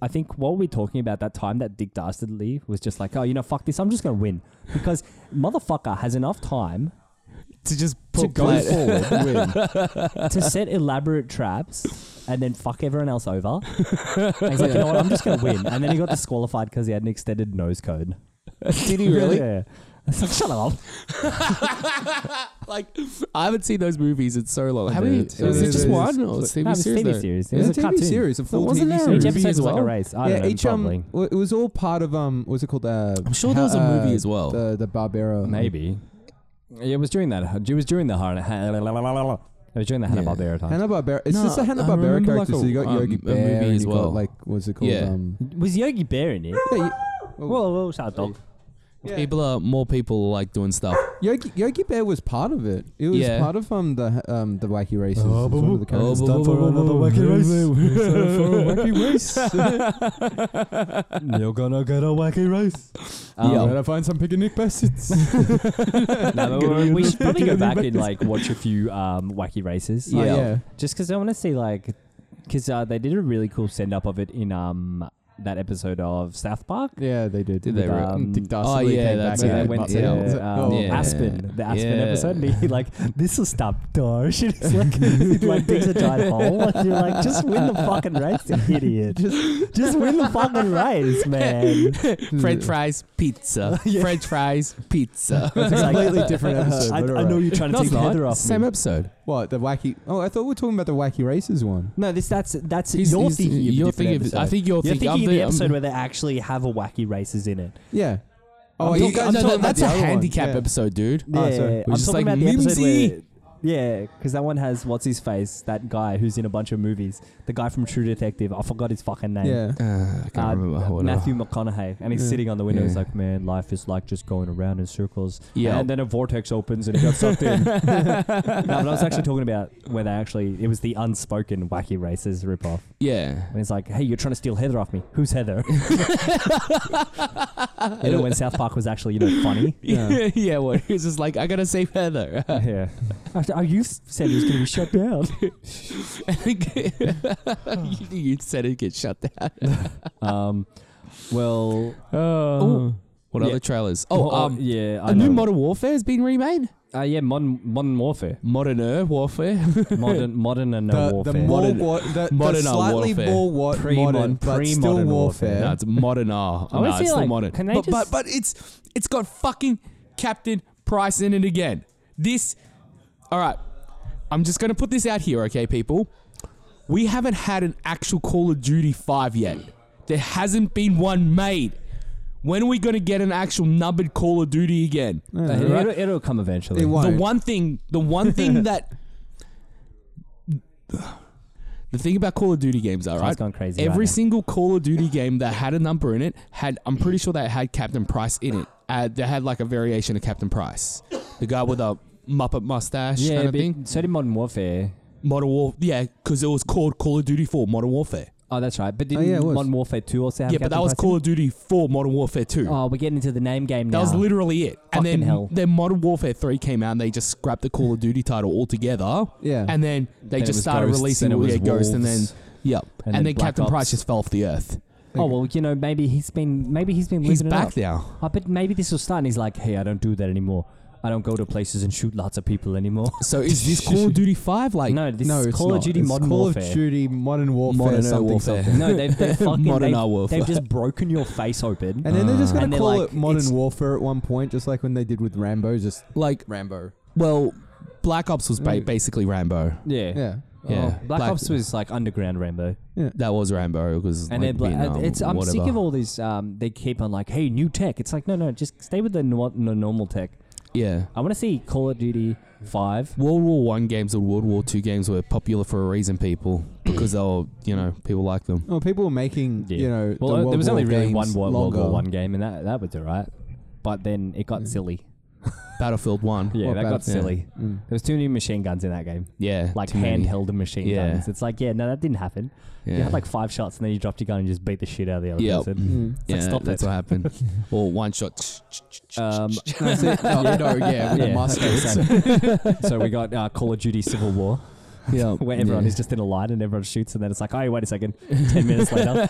S3: I think what we're talking about that time that Dick Dastardly was just like, oh, you know, fuck this, I'm just gonna win because motherfucker has enough time
S2: To just
S3: To
S2: put
S3: go
S2: Blade-
S4: forward, win.
S3: to set elaborate traps and then fuck everyone else over. And he's like, you know what, I'm just gonna win, and then he got disqualified because he had an extended nose code.
S2: Did he really?
S3: Yeah. It's like, shut up.
S2: like, I haven't seen those movies in so long. How many?
S4: did.
S2: Was
S4: Yeah,
S2: it
S4: yeah,
S2: just
S4: yeah.
S2: one? Or it's TV
S3: No, it was
S2: series?
S3: TV
S2: though?
S3: series. It was
S4: It's a
S3: a
S4: TV
S3: cartoon.
S4: series, a full
S2: wasn't
S4: TV
S2: there a
S4: series.
S3: Each
S2: movie
S3: episode
S2: as
S3: was like a
S2: well?
S3: race. I
S4: yeah,
S3: don't know,
S4: each um,
S3: probably.
S4: w- it was all part of um, what's it called? Uh,
S2: I'm sure there was a movie as well.
S4: The the Barbera.
S3: Maybe. It was during that. It was during the Hanna. It was during the Hanna Barbera time.
S4: Hanna Barbera. It's
S2: No,
S4: just a
S2: I
S4: Hanna Barbera
S2: remember, like,
S4: character. so you got
S2: a-
S4: Yogi
S2: um, a
S4: Bear,
S2: movie
S4: and
S2: as
S4: you
S2: well.
S4: got like what's it called?
S2: Yeah.
S4: Um,
S3: Was Yogi Bear in it? Whoa, whoa, shut up, dog.
S2: People are more people are, like doing stuff.
S4: Yogi, Yogi Bear was part of it. It was
S2: Yeah.
S4: part of um the um the wacky races. It was one of
S2: Oh,
S4: the characters.
S2: boo- boo- boo- boo- boo- boo- boo- boo-
S3: You're gonna get a wacky race.
S2: Yeah.
S3: Um,
S4: I find some picnic baskets.
S3: we should probably go back and like watch a few um, wacky races.
S4: Yeah. yeah.
S3: Just because I want to see like, because uh, they did a really cool send up of it in um that episode of South Park.
S4: Yeah, they did.
S2: Did they
S4: With,
S2: really?
S4: um, Dick
S2: Oh,
S4: Dastardly
S2: yeah,
S4: came
S2: that's
S4: back
S2: it.
S3: Yeah, I
S2: Yeah,
S4: and did
S3: went
S4: Mutt
S3: to
S4: Hill.
S2: yeah.
S3: um,
S2: Yeah.
S3: Aspen, the Aspen
S2: Yeah.
S3: episode, and he like, this will stop Dosh. And it's like, it like digs a giant hole. And you're like, just win the fucking race, you idiot. Just, just win the fucking race, man.
S2: French fries, pizza. French fries, pizza.
S3: It's like,
S4: completely different episode,
S3: I,
S4: but
S3: I know
S4: alright.
S3: you're trying to
S2: No,
S3: take
S2: it's not.
S3: Heather off
S2: Same
S3: me.
S2: episode.
S4: What the wacky? Oh, I thought we were talking about the wacky races one.
S3: No, this that's that's
S2: He's-
S3: you're
S2: he's-
S3: thinking. Of a
S2: you're
S3: different
S2: thinking of-
S3: Episode.
S2: I think you're
S3: you're
S2: thinking-
S3: thinking
S2: I'm
S3: of the
S2: thinking- I'm-
S3: episode where they actually have a wacky races in it.
S4: Yeah.
S2: I'm
S4: Oh, you
S2: talking-
S4: guys
S2: Oh, I'm
S4: are
S2: talking-
S4: talking about
S2: that's
S4: the
S2: a
S4: other one.
S2: handicap
S4: Yeah.
S2: episode, dude.
S4: Oh,
S3: Yeah,
S4: sorry. We're
S3: I'm
S2: just
S3: talking
S2: like,
S3: about the episode
S2: Mimsy.
S3: where Yeah, because that one has what's his face, that guy who's in a bunch of movies, the guy from True Detective. I forgot his fucking name.
S4: Yeah.
S2: Ah, I can't
S3: Uh,
S2: remember. Hold on.
S3: Matthew McConaughey, and he's
S4: Yeah.
S3: sitting on the window. He's
S2: Yeah.
S3: like, "Man, life is like just going around in circles."
S2: Yeah.
S3: and then a vortex opens and he got sucked in. no, but I was actually talking about when they actually it was the unspoken wacky races ripoff.
S2: Yeah.
S3: And it's like, "Hey, you're trying to steal Heather off me? Who's Heather?" you know, when South Park was actually you know funny.
S2: Yeah. yeah. Well, he's just like, I gotta save Heather.
S3: yeah, oh, you said he was going to be shut down.
S2: you, you said it get shut down.
S3: Um, well,
S2: Ooh. what
S3: yeah.
S2: other trailers? Oh, um,
S3: yeah, I
S2: a new
S3: know.
S2: Modern Warfare has been remade.
S3: Uh, yeah, modern modern warfare,
S2: Modern Air Warfare.
S3: modern modern and uh,
S4: the,
S3: warfare.
S4: the more war, the,
S2: Modern
S4: the slightly
S2: warfare.
S4: more wa-
S3: Pre-mod-
S4: modern, but still
S3: pre-modern
S4: warfare.
S3: warfare.
S2: no, it's Modern R.
S3: I
S2: no,
S3: would
S2: it's
S3: say,
S2: still
S3: like,
S2: modern.
S3: can I
S2: but,
S3: just-
S2: but but it's it's got fucking Captain Price in it again. This. All right, I'm just gonna put this out here, okay, people. We haven't had an actual Call of Duty 5 yet. There hasn't been one made. When are we gonna get an actual numbered Call of Duty again?
S3: Uh,
S4: Yeah, right?
S3: it'll, it'll come eventually.
S4: It won't.
S2: the one thing the one thing that the thing about call of duty games are
S3: It's
S2: right
S3: gone crazy right
S2: every
S3: now.
S2: single call of duty game that had a number in it had i'm pretty sure that it had captain price in it uh, they had like a variation of captain price the guy with a muppet mustache
S3: Yeah,
S2: kind of
S3: but
S2: thing
S3: so did Modern Warfare.
S2: modern war yeah because it was called call of duty 4 modern warfare
S3: Oh, that's right. But didn't
S4: yeah, it was.
S3: Modern Warfare 2 also have
S2: yeah but
S3: Captain
S2: that was
S3: Price in
S2: call of duty 4 modern warfare 2
S3: it? Oh, we're getting into the name game
S2: that
S3: now.
S2: was literally it and
S3: Fucking
S2: then
S3: hell.
S2: then modern warfare 3 came out and they just scrapped the call of duty title altogether
S4: Yeah.
S2: and then they
S7: Then it
S2: just
S7: was
S2: started
S7: Ghosts,
S2: releasing
S7: then it was
S2: yeah, Ghost, and then
S7: Wolves.
S2: yep, and,
S3: And then
S2: then,
S3: Black
S2: Captain
S7: Ops.
S2: Price just fell off the earth.
S3: oh, well, you know, maybe he's been maybe he's been
S2: He's
S3: living
S2: back
S3: it up.
S2: now.
S3: I bet maybe this will start and he's like, hey, I don't do that anymore. I don't go to places and shoot lots of people anymore.
S2: So is this Call of Duty Five like?
S3: no, this
S4: no,
S3: is
S4: it's
S3: Call
S4: not.
S3: of Duty
S4: It's
S3: Modern
S4: Call
S3: Warfare.
S4: of Duty Modern Warfare.
S2: Modern
S4: something,
S2: Warfare.
S4: something.
S3: No, they've, they've fucking
S2: Modern Art
S3: they've,
S2: Warfare.
S3: they've just broken your face open. Uh,
S4: And then they're just
S3: Ah. And
S4: gonna
S3: they're
S4: call
S3: like,
S4: it Modern
S3: it's-
S4: Warfare at one point, just like when they did with Rambo. Just
S2: like
S4: Rambo.
S2: well, Black Ops was ba- basically Rambo.
S3: yeah.
S4: Yeah. Oh.
S2: Yeah,
S3: Black, Ops was like underground Rambo.
S2: that was Rambo because
S3: And then
S2: like,
S3: like,
S2: Vietnam,
S3: it's I'm
S2: whatever.
S3: sick of all these. Um, they keep on like, hey, new tech. It's like, no, no, just stay with the no- no- normal tech.
S2: yeah.
S3: I want to see Call of Duty Five.
S2: World War One games and World War Two games were popular for a reason, people, because they were, you know, people like them.
S4: Well, Oh. people were making you know.
S3: well,
S4: the
S3: uh,
S4: World
S3: there was
S4: War
S3: only really
S4: games
S3: one World, World
S4: longer.
S3: War One game, and that that was alright. But then it got silly.
S2: Battlefield One,
S3: Yeah,
S4: What
S3: that
S4: about-
S3: got silly.
S4: Mm.
S3: There was too many machine guns in that game,
S2: yeah,
S3: like
S2: too many.
S3: handheld machine
S2: Yeah.
S3: guns. It's like, yeah, no, that didn't happen. You
S2: Yeah.
S3: had like five shots, and then you dropped your gun and just beat the shit out of the other
S2: Yep. Mm.
S3: person.
S4: Mm.
S3: It's
S2: Yeah,
S3: like, stop
S2: that's
S3: it.
S2: what happened. or one shot.
S3: Um,
S4: That's it. No, no, yeah, with the
S3: yeah, okay,
S4: muskets.
S3: so, so we got uh, Call of Duty Civil War.
S2: yeah,
S3: where everyone is just in a line and everyone shoots, and then it's like, oh, wait a second, ten minutes later,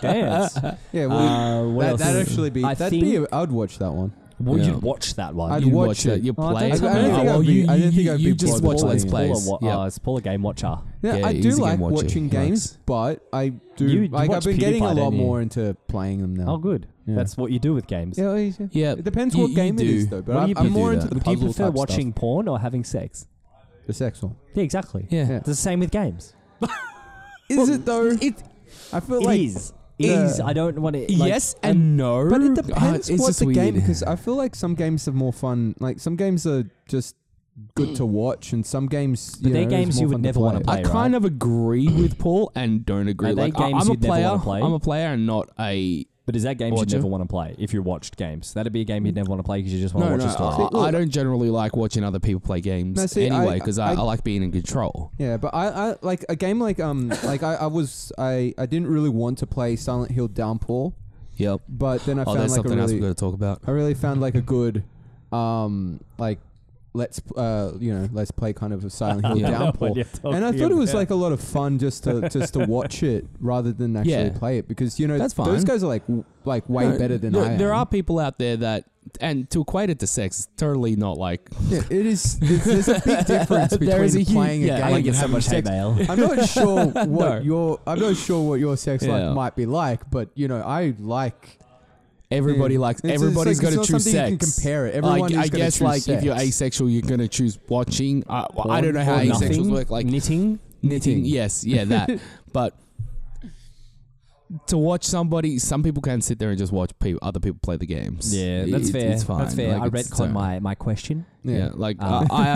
S3: dance.
S4: Yeah, well,
S3: Uh, what
S4: that,
S3: else
S4: that'd
S3: is-
S4: actually be.
S3: I
S4: that'd
S3: think,
S4: be. I'd watch that one.
S3: well,
S2: Yeah.
S3: you'd watch that one.
S4: I'd
S2: you
S4: watch
S2: watch
S4: it.
S2: it. You
S3: Oh, I
S2: play.
S3: don't
S2: it.
S3: think I'd
S2: Oh,
S3: be-
S2: well,
S4: I'd
S2: you,
S4: be- I don't
S2: you-
S4: think I'd
S2: you
S4: be
S2: just
S4: bothered
S2: watch
S4: by
S2: let's
S4: it.
S2: plays.
S3: Paula,
S2: Yeah.
S3: uh, it's Paula game watcher.
S4: Yeah,
S2: Yeah,
S4: I
S2: he's
S4: do
S2: a game
S4: like
S2: watcher.
S4: watching
S2: He
S4: games, but I do.
S3: You- you
S4: like, I've
S3: watch
S4: been getting a
S3: PewDiePie,
S4: lot
S3: don't you?
S4: more into playing them now.
S3: Oh, good.
S4: Yeah.
S3: That's what you do with games.
S4: Yeah, well, yeah, yeah.
S2: Yeah,
S4: It depends
S2: you-
S4: what
S2: you
S4: game it
S2: do.
S4: is, though. But
S2: What do
S4: I'm,
S2: you-
S4: I'm
S2: you do
S4: more into
S2: that.
S4: the
S3: Would
S4: puzzle
S3: you prefer
S4: type
S3: watching
S4: stuff.
S3: porn or having sex?
S4: the sex one.
S3: Yeah, exactly.
S2: Yeah.
S4: Yeah.
S3: It's the same with games.
S4: Is it though?
S2: It
S4: I feel
S3: It
S4: like
S3: is. It
S4: Yeah.
S3: is. I don't want to.
S2: yes and no.
S4: But it
S2: Uh,
S4: depends
S2: it's
S4: what
S2: just
S4: the
S2: weird.
S4: game because I feel like some games are more fun. Like some games are just good to watch, and some games.
S3: But
S4: you
S3: they're
S4: know,
S3: games
S4: it's more
S3: you would
S4: fun to
S3: never wanna
S4: play.
S3: play.
S2: I kind of agree with Paul and don't agree.
S3: Are they
S2: like I-
S3: games
S2: I'm a
S3: you'd never wanna
S2: player.
S3: play?
S2: I'm a player and not a. uh,
S3: But is that games
S2: Watcher?
S3: you'd never want to play if you watched games? That'd be a game you'd never want to play because you just want
S2: No,
S3: to
S2: no,
S3: watch a story.
S2: I, I don't generally like watching other people play games
S4: No, see,
S2: anyway
S4: I-
S2: because I, I,
S4: I-
S2: like being in control.
S4: Yeah, but I, I like a game like um like I, I was I, I didn't really want to play Silent Hill Downpour,
S2: Yep.
S4: but then I
S2: Oh,
S4: found
S2: there's
S4: like a
S2: something else we've got
S4: really
S2: to talk about.
S4: I really found like a good um like let's uh you know let's play kind of a Silent Hill
S2: Yeah.
S4: Downpour,
S3: you're
S4: and I
S3: talking
S4: thought it was
S3: about.
S4: like a lot of fun just to just to watch it rather than actually
S2: Yeah.
S4: play it because you know
S2: That's
S4: those
S2: fine.
S4: guys are like w- like way
S2: No,
S4: better than
S2: no,
S4: I.
S2: There
S4: am.
S2: are people out there that, and to equate it to sex, is totally not like.
S4: Yeah, it is. There's, there's a big difference between
S2: There is a huge-
S4: playing
S2: yeah,
S4: a
S2: I
S4: game
S2: like
S4: and
S2: it so
S4: having
S2: much
S4: sex.
S3: mail.
S4: I'm not sure what
S2: No.
S4: your I'm not sure what your sex
S2: Yeah.
S4: life might be like, but you know, I like.
S2: Everybody
S4: Yeah.
S2: likes.
S4: Hmm. It's- it's
S2: everybody's
S4: like-
S2: got
S4: it's not
S2: to choose
S4: something
S2: sex.
S4: you can compare it. Everyone is
S2: I, I
S4: gonna
S2: guess
S4: choose
S2: like if
S4: sex.
S2: you're asexual, you're gonna choose watching. I, well, I don't know how
S4: or nothing.
S2: asexuals work. Like
S3: knitting.
S2: knitting. Yes, yeah, that. but to watch somebody, some people can sit there and just watch people, other people play the games.
S3: Yeah, that's
S2: It-
S3: fair.
S2: It's fine.
S3: That's fair.
S2: Like,
S3: I
S2: it's-
S3: retcon
S2: it's-
S3: my my question.
S2: Yeah,
S4: Yeah.
S2: like
S3: Um,
S2: I I
S3: You're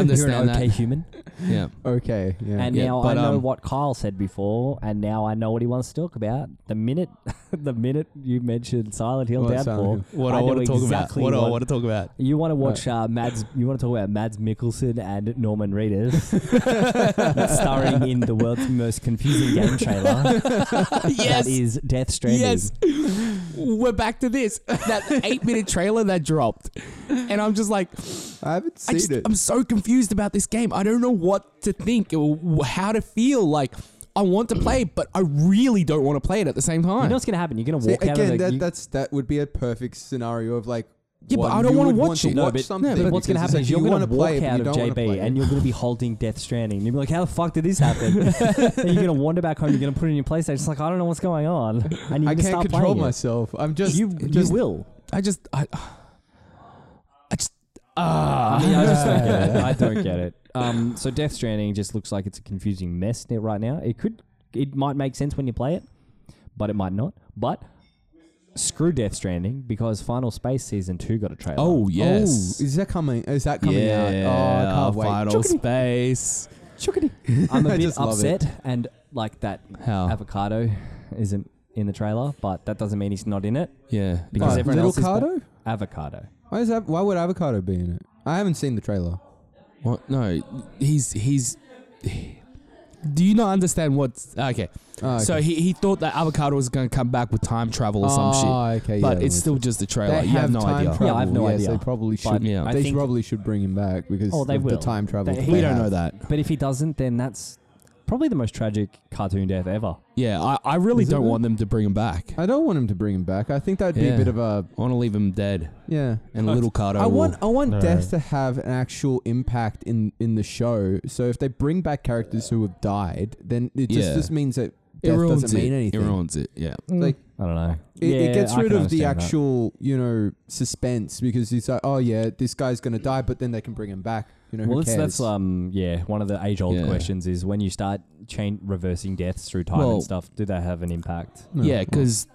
S3: an
S2: understand
S3: okay
S2: that.
S3: human.
S2: Yeah,
S4: Okay. Yeah.
S3: And
S2: Yeah,
S3: now
S2: but,
S3: I know
S2: um,
S3: what Kyle said before, and now I know what he wants to talk about. The minute, the minute you mentioned Silent Hill
S4: Well,
S3: Downfall,
S4: Silent
S2: what I,
S3: know
S2: want to talk
S3: exactly
S2: about. What, I
S3: what-
S2: want to talk about.
S3: You want to watch uh, Mads? You want to talk about Mads Mikkelsen and Norman Reedus starring in the world's most confusing game trailer? That
S2: yes,
S3: is Death Stranding.
S2: yes. We're back to this. That eight-minute trailer that dropped, and I'm just like,
S4: I haven't
S2: I
S4: seen
S2: just,
S4: it.
S2: I'm so confused about this game. I don't know what to think or wh- how to feel. Like, I want to play it, but I really don't want to play it at the same time.
S3: You know what's gonna happen? You're gonna
S4: See,
S3: walk out of
S4: again,
S3: the.
S4: that,
S3: you-
S4: that's that would be a perfect scenario of like.
S2: Yeah, but
S4: one,
S2: I don't
S4: you
S2: wanna
S4: would
S2: watch
S4: want
S2: it.
S4: To
S2: No,
S4: watch
S2: but-
S4: something.
S2: no, but
S3: but what's gonna
S4: because it's
S3: happen is
S4: like
S3: you're
S4: you
S3: gonna
S4: wanna
S3: walk
S4: play it, but
S3: out
S4: you
S3: of
S4: don't wanna play
S3: JB
S4: it.
S3: and you're gonna be holding Death Stranding. You'll be like, how the fuck did this happen? and you're gonna wander back home. You're gonna put it in your PlayStation. It's like I don't know what's going on. And you're gonna
S4: I can't
S3: start
S4: control
S3: playing it.
S4: myself. I'm just.
S3: You,
S4: just
S3: you will.
S2: I just, I, I just, ah.
S3: I just don't get it. I don't get it. Um, so Death Stranding just looks like it's a confusing mess ne- right now. It could, it might make sense when you play it, but it might not. But screw Death Stranding because Final Space Season Two got a trailer.
S2: oh
S4: Oh,
S2: yes.
S4: is that coming? Is that coming out?
S2: yeah,
S4: Oh, I can't wait.
S2: Final space.
S3: Chuckity. I'm a
S4: I
S3: bit
S4: just love
S3: upset, and like that
S2: How?
S3: avocado isn't in the trailer, but that doesn't mean he's not in it
S2: Yeah,
S3: because
S4: Oh,
S3: everyone
S4: Little
S3: else is.
S4: Cardo?
S3: avocado.
S4: Why is that? Why would avocado be in it? I haven't seen the trailer.
S2: What? No, he's he's. Do you not understand what's okay?
S4: Oh,
S2: So
S4: okay.
S2: he, he thought that avocado was gonna come back with time travel or some
S4: Oh,
S2: shit.
S4: okay,
S2: but
S4: yeah,
S2: it's
S4: that
S2: still just a
S4: They
S2: trailer. You have,
S4: have
S2: no
S4: time
S2: idea.
S4: Travel.
S3: Yeah, I have no
S4: yes,
S3: idea.
S4: They probably
S3: But
S4: should.
S2: yeah. I
S4: they
S3: think-
S4: probably should bring him back because
S3: Oh, they
S4: of the
S3: will.
S4: time travel.
S3: They-
S4: that
S2: we
S4: they
S2: don't
S4: have.
S2: know that.
S3: But if he doesn't, then that's probably the most tragic cartoon death ever.
S2: Yeah, I, I really
S4: Is it
S2: don't
S4: though?
S2: want them to bring him back. I
S4: I don't want him to bring him back. I think that'd be
S2: Yeah.
S4: a bit of a
S2: want to leave him dead.
S4: yeah.
S2: And little Cardo.
S4: I want I want
S3: No.
S4: death to have an actual impact in in the show. So if they bring back characters who have died, then it just,
S2: Yeah.
S4: just means that
S2: will,
S4: death
S2: it ruins
S4: doesn't mean
S2: it.
S4: anything.
S2: It ruins it. Yeah.
S4: Like
S3: I don't know.
S4: it,
S3: Yeah,
S4: it gets
S3: I
S4: rid
S3: can
S4: of the
S3: understand that.
S4: actual you know suspense because it's like oh yeah this guy's gonna die, but then they can bring him back. You know
S3: Well,
S4: who
S3: that's,
S4: cares?
S3: that's um yeah one of the age old
S2: Yeah.
S3: questions is when you start chain reversing deaths through time
S2: Well-
S3: and stuff, do they have an impact?
S4: No.
S2: Yeah, because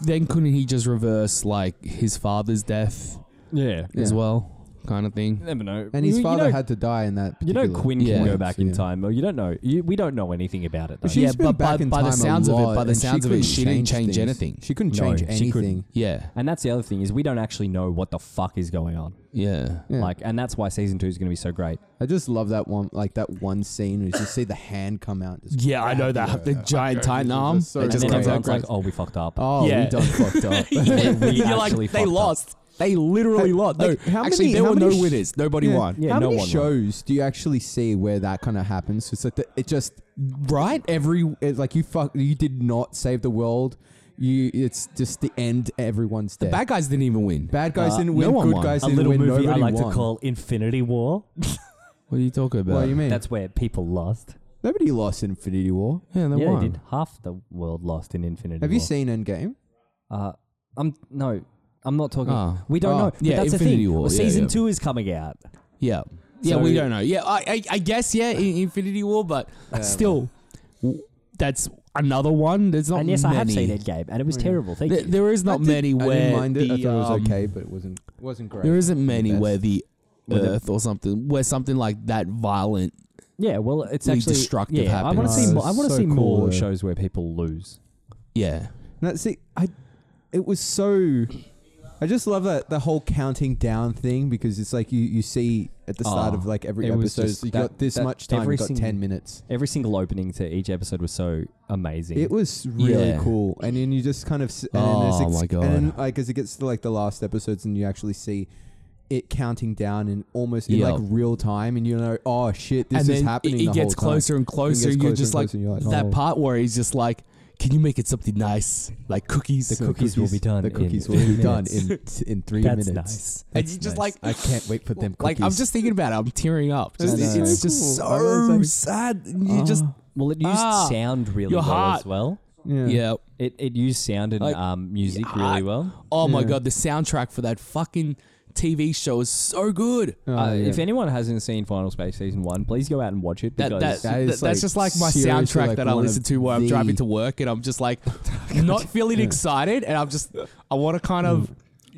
S2: then couldn't he just reverse like his father's death
S3: Yeah,
S2: as
S4: Yeah.
S2: well, kind of thing?
S3: never know.
S4: and his
S3: You-
S4: father
S3: you know,
S4: had to die in that.
S3: You know,
S4: particular
S3: Quinn
S2: Yeah.
S3: can go
S4: instance,
S3: back in
S4: yeah.
S3: time. Well, you don't know. You, we don't know anything about it. Though.
S4: She's
S2: Yeah,
S4: been
S2: but by-
S4: back in
S2: by the
S4: time a
S2: sounds of it-
S4: lot,
S2: by the
S4: and
S2: sounds of it,
S4: couldn't
S2: she didn't change
S4: things.
S2: anything.
S4: She couldn't
S3: No,
S4: change
S3: she couldn't.
S4: anything.
S2: Yeah,
S3: And that's the other thing is we don't actually know what the fuck is going on.
S2: yeah.
S4: Yeah.
S3: Like, and that's why season two is going to be so great.
S4: I just love that one, like that one scene where you just see the hand come out. Just,
S2: Yeah, I know that the giant titan arm.
S4: so
S2: that
S3: and
S2: just
S3: then
S2: comes out.
S3: everyone's like, "Oh, we fucked up."
S4: oh,
S2: Yeah.
S4: we done fucked up.
S3: we
S2: You're like,
S3: actually
S2: they
S3: fucked up."
S2: lost. They literally lost. No,
S4: like, how
S2: actually,
S4: many-
S2: there
S4: how
S2: were no
S4: many sh-
S2: winners. Nobody won.
S3: Yeah,
S4: How
S3: no
S4: many
S3: one
S4: shows do you actually see where that kind of happens? It's like the, it just right every it's like you fuck you did not save the world. You it's just the end. Everyone's dead.
S2: Bad guys didn't even win.
S4: Bad guys
S2: Uh,
S4: didn't
S2: no
S4: win.
S2: one
S4: good
S2: won.
S4: guys
S3: A
S4: didn't
S3: little
S4: win.
S3: movie I
S4: Nobody
S3: like
S4: won.
S3: to call Infinity War.
S2: What are you talking about?
S4: What do you mean?
S3: That's where people lost.
S4: Nobody lost Infinity War.
S2: yeah, they
S3: yeah,
S2: won.
S3: they did. Half the world lost in Infinity
S4: Have
S3: War.
S4: you seen Endgame?
S3: Uh, I'm no, I'm not talking.
S2: Ah.
S3: we don't
S4: Ah.
S3: know. But
S2: Yeah,
S3: that's
S2: Infinity
S3: the thing.
S2: War.
S3: Well,
S2: Yeah,
S3: season
S2: yeah.
S3: two is coming out.
S2: Yeah. Yeah,
S3: So-
S2: we don't know. Yeah, I, I, I guess yeah, in Infinity War, but still, w- that's another one. There's not
S3: and yes,
S2: many.
S3: I have seen Endgame, and it was terrible. Thank
S2: There,
S3: you.
S2: there is not
S4: I did-
S2: many
S4: I
S2: where
S4: didn't mind it.
S2: the,
S4: I thought it
S2: um,
S4: was okay, but it wasn't wasn't great.
S2: There isn't many
S4: Best.
S2: where the
S4: Where the-
S2: Earth or something where something like that violent.
S3: yeah, well, it's
S2: really
S3: actually
S2: destructive
S3: Yeah, I want
S2: happens.
S3: to see.
S4: Oh,
S3: More, I want to
S4: so
S3: see
S4: cool,
S3: more
S4: though.
S3: shows where people lose.
S2: Yeah,
S4: No, see, I, it was so. I just love that the whole counting down thing because it's like you, you see at the start
S3: Oh,
S4: of like every
S3: it was
S4: episode
S3: just
S4: you
S3: that-
S4: got this
S3: that
S4: much time,
S3: every
S4: you got
S3: single-
S4: ten minutes.
S3: Every single opening to each episode was so amazing.
S4: It was really
S2: Yeah.
S4: cool, and then you just kind of s- and then
S2: Oh,
S4: there's ex-
S2: my God.
S4: and then, like as it gets to like the last episodes and you actually see it counting down in almost in like
S2: Yep.
S4: real time, and you know, oh shit, this
S2: and
S4: is
S2: then
S4: happening.
S2: It, it
S4: the
S2: gets
S4: whole time.
S2: closer and closer,
S4: It gets
S2: and you're
S4: closer
S2: just
S4: and
S2: like,
S4: closer, and you're like,
S2: that
S4: oh.
S2: part where he's just like, "Can you make it something nice, like cookies?"
S3: The
S4: So
S3: cookies will be done
S4: The
S3: in
S4: cookies will
S3: three
S4: be done
S3: minutes.
S4: in in three
S3: That's
S4: minutes.
S3: nice.
S2: and
S4: That's
S2: you just
S4: nice.
S2: like,
S4: I can't wait for them.
S2: like I'm
S4: cookies.
S2: just thinking about it. I'm tearing up. Just,
S4: I know.
S2: it's just
S4: Cool. I know,
S2: so
S4: it's like-
S2: sad. You just
S3: Well, it used
S2: Ah,
S3: sound really
S2: your
S3: well
S2: heart.
S3: as well.
S2: yeah.
S3: It it used sound and
S2: Like,
S3: um, music
S2: your
S3: really
S2: heart.
S3: well.
S2: Oh my
S4: Yeah.
S2: god, the soundtrack for that fucking TV show is so good.
S4: Oh,
S3: uh,
S4: yeah.
S3: If anyone hasn't seen Final Space season one, please go out and watch it
S2: That,
S3: because
S2: that,
S4: that
S2: that-
S4: is,
S2: that's
S4: like,
S2: just like my
S4: seriously,
S2: soundtrack
S4: like,
S2: that I
S4: one
S2: listen
S4: of
S2: to where I'm
S4: the- Oh
S2: driving to work and I'm just like
S4: Mm.
S2: not feeling excited and I'm just I want to kind of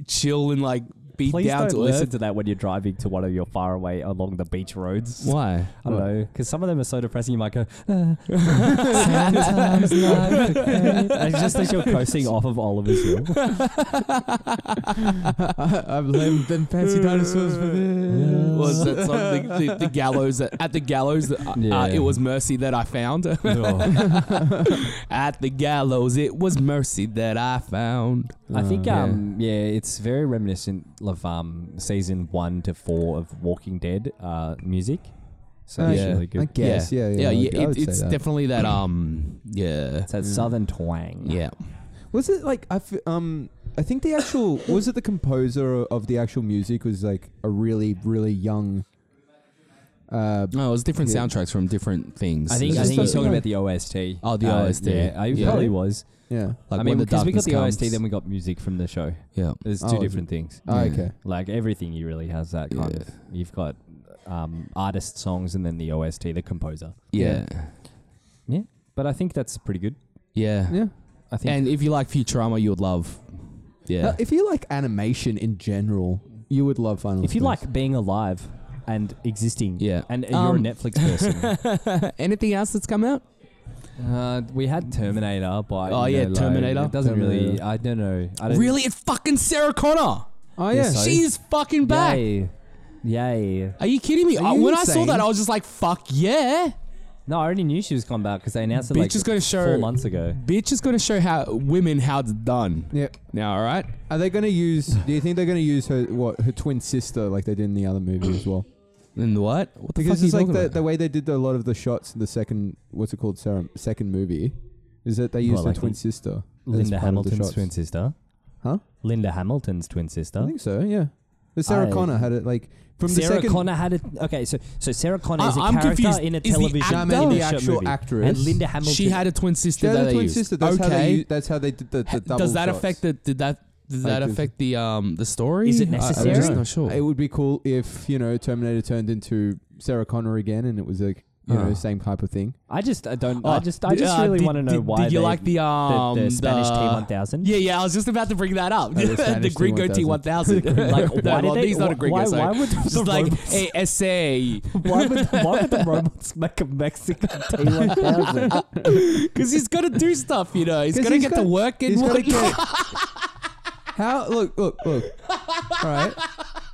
S2: chill and like be
S3: Please
S2: down
S3: don't
S2: to
S3: listen
S2: earth.
S3: to that when you're driving to one of your faraway along the beach roads.
S2: Why?
S3: I don't know, because some of them are so depressing. You might go, "Ah."
S9: Sometimes life
S3: and it's just that you're coasting off of Oliver's Hill.
S2: Uh,
S4: I've lived in fancy dinosaurs for this.
S2: Was that something? The, the gallows that, at the gallows. That, uh,
S3: Yeah. Oh.
S2: it was mercy that I found. at the gallows, it was mercy that I found.
S3: I think,
S2: yeah.
S3: um, yeah. it's very reminiscent of um, season one to four of Walking Dead uh, music. So
S4: Uh,
S3: it's
S2: yeah.
S3: really good.
S4: I guess, yeah, yeah.
S2: yeah.
S4: like, I
S2: it-
S4: would say
S2: it's
S4: that.
S2: definitely that. Um, yeah,
S3: It's that southern twang.
S2: yeah.
S4: Was it like I f- um I think the actual was it the composer of the actual music was like a really really young. Uh,
S2: No, Oh, it was different
S4: Yeah.
S2: soundtracks from different things.
S3: I think,
S2: It's
S3: I
S2: just
S3: think you're
S2: like-
S3: talking about the OST.
S2: Oh, the OST.
S3: Uh, Yeah, I
S2: Yeah.
S3: probably was.
S4: yeah.
S2: like
S3: I
S2: When
S3: mean,
S2: the
S3: because we got
S2: Darkness
S3: the OST,
S2: Comes.
S3: then we got music from the show.
S2: yeah.
S3: There's two
S4: Oh,
S3: different things.
S4: Oh,
S2: Yeah.
S4: okay.
S3: Like everything, you really has that kind
S2: Yeah.
S3: of. You've got um, artist songs and then the OST, the composer.
S2: yeah,
S3: But I think that's pretty good.
S2: yeah,
S4: Yeah.
S3: I think.
S2: And if you like Futurama, you would love. Yeah,
S4: Uh, if you like animation in general, you would love Final.
S3: if you
S4: Space.
S3: like being alive and existing,
S2: Yeah.
S3: and uh,
S2: Um,
S3: you're a Netflix person,
S2: Anything else that's come out?
S3: uh, we had Terminator, but
S2: Oh,
S3: you
S2: yeah,
S3: know, like,
S2: Terminator.
S3: it doesn't really.
S4: Terminator.
S3: I don't know. I don't
S2: Really, it's fucking Sarah Connor.
S4: oh
S3: Yes,
S4: yeah,
S3: I-
S2: She's fucking back.
S3: Yay. Yay.
S2: Are you kidding me?
S4: Are
S2: Uh,
S4: you
S2: when I saw
S4: insane?
S2: that, I was just like, "Fuck yeah!"
S3: No, I already knew she was coming back because they announced it
S2: Bitch
S3: like
S2: is gonna show-
S3: four months ago.
S2: Bitch is gonna show how women how it's done.
S4: yeah.
S2: Now, all right?
S4: Are they gonna use? Do you think they're gonna use her what her twin sister like they did in the other movie as well?
S2: And what? What the
S4: Because
S2: fuck
S4: it's
S2: are you
S4: like
S2: talking
S4: the,
S2: about?
S4: the way they did a lot of the shots in the second what's it called Sarah, second movie, is that they used
S3: Well,
S4: her
S3: like
S4: twin sister. as
S3: Linda
S4: part of the
S3: Hamilton's
S4: shots.
S3: twin sister.
S4: Huh?
S3: Linda Hamilton's twin sister.
S4: I think so. Yeah. But Sarah
S3: I-
S4: Connor had it like from the
S3: Sarah
S4: second
S3: Connor had it. Okay, so so Sarah Connor is a
S2: I- I'm
S3: character
S2: confused.
S3: in a
S2: Is the
S3: television
S2: actor-
S4: I mean,
S3: in
S4: the
S3: a short
S4: actual
S3: movie.
S4: actress.
S3: and Linda Hamilton.
S2: she had a twin
S4: She
S2: sister
S4: had
S2: that
S4: a
S2: they
S4: twin
S2: used.
S4: sister. That's how they
S2: Okay.
S4: u- that's how they did the, the double
S2: Does that
S4: shots.
S2: affect the? Did that? Does that
S4: Like, is-
S2: affect the um the story?
S3: Is it
S2: I-
S3: necessary?
S2: I'm just not sure.
S4: It would be cool if you know Terminator turned into Sarah Connor again, and it was like you know
S2: Oh.
S4: same type of thing.
S3: I just I don't. I
S2: Oh,
S3: just I just
S2: uh,
S3: really
S2: did-
S3: want to know
S2: did-
S3: why
S2: Did you
S3: they-
S2: like the
S3: the,
S2: um
S3: the Spanish T1000?
S2: Yeah, yeah. I was just about to bring that up.
S4: Oh, the
S2: the
S4: Spanish
S2: Gringo
S4: T1000.
S2: T1000.
S3: Like why
S2: no,
S3: did
S2: well,
S3: they?
S2: he's not a
S3: wh-
S2: Gringo.
S3: why,
S2: sorry.
S3: why would the
S2: just like
S3: robots,
S2: hey, essay.
S3: why would why would the robots make a Mexican T1000?
S2: Because he's got to do stuff, you know. He's
S4: 'Cause
S2: got to
S4: he's
S2: get
S4: got-
S2: to work and
S4: he's
S2: what-
S4: gotta get- How? Look, look, look. All right.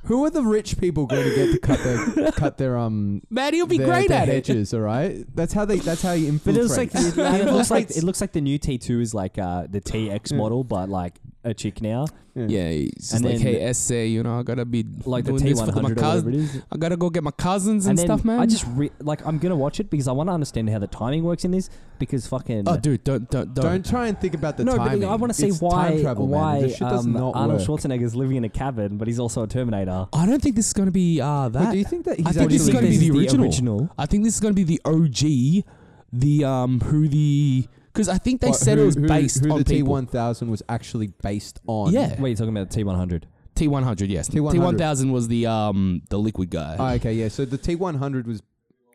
S4: Who are the rich people going to get to cut their cut their um?
S2: Man, he'll be
S4: their,
S2: great
S4: their
S2: at it.
S4: hedges, All right. That's how they. That's how you
S3: But
S4: infiltrate.
S3: it looks like it,
S4: He
S3: looks like
S4: infiltrates-
S3: it looks like the new T2 is like uh, the TX model, but like a chick now,
S2: Yeah, he's just
S3: And
S2: like,
S3: then-
S2: hey, essay, you know, I gotta be
S3: like the
S2: doing this for
S3: T100 or
S2: my
S3: whatever it
S2: cousins.
S3: is.
S2: I gotta go get my cousins
S3: And
S2: and,
S3: then
S2: stuff, man.
S3: I just re- like I'm gonna watch it because I want to understand how the timing works in this because fucking
S2: oh, dude, don't, don't, don't.
S4: Don't try and think about the
S3: no,
S4: timing.
S3: but I want to see
S4: It's
S3: why
S4: time travel, man.
S3: why
S4: This shit does
S3: um,
S4: not
S3: Arnold
S4: work.
S3: Schwarzenegger's living in a cabin, but he's also a Terminator.
S2: I don't think this is gonna be uh that.
S4: Wait, do you think that he's
S2: I think
S4: actually
S2: this is gonna be
S3: this
S2: the
S3: is the
S2: original.
S3: original.
S2: I think this is gonna be the OG, the um who the because I think they
S4: What,
S2: said
S4: who-
S2: it was
S4: who-
S2: based
S4: who
S2: on
S4: the
S2: people.
S4: T1000 was actually based on.
S2: Yeah.
S3: What are you talking about? T100.
S2: T100, yes.
S4: T100.
S2: T1000 was the um the liquid guy.
S4: Oh, okay, yeah. So the T100 was. Do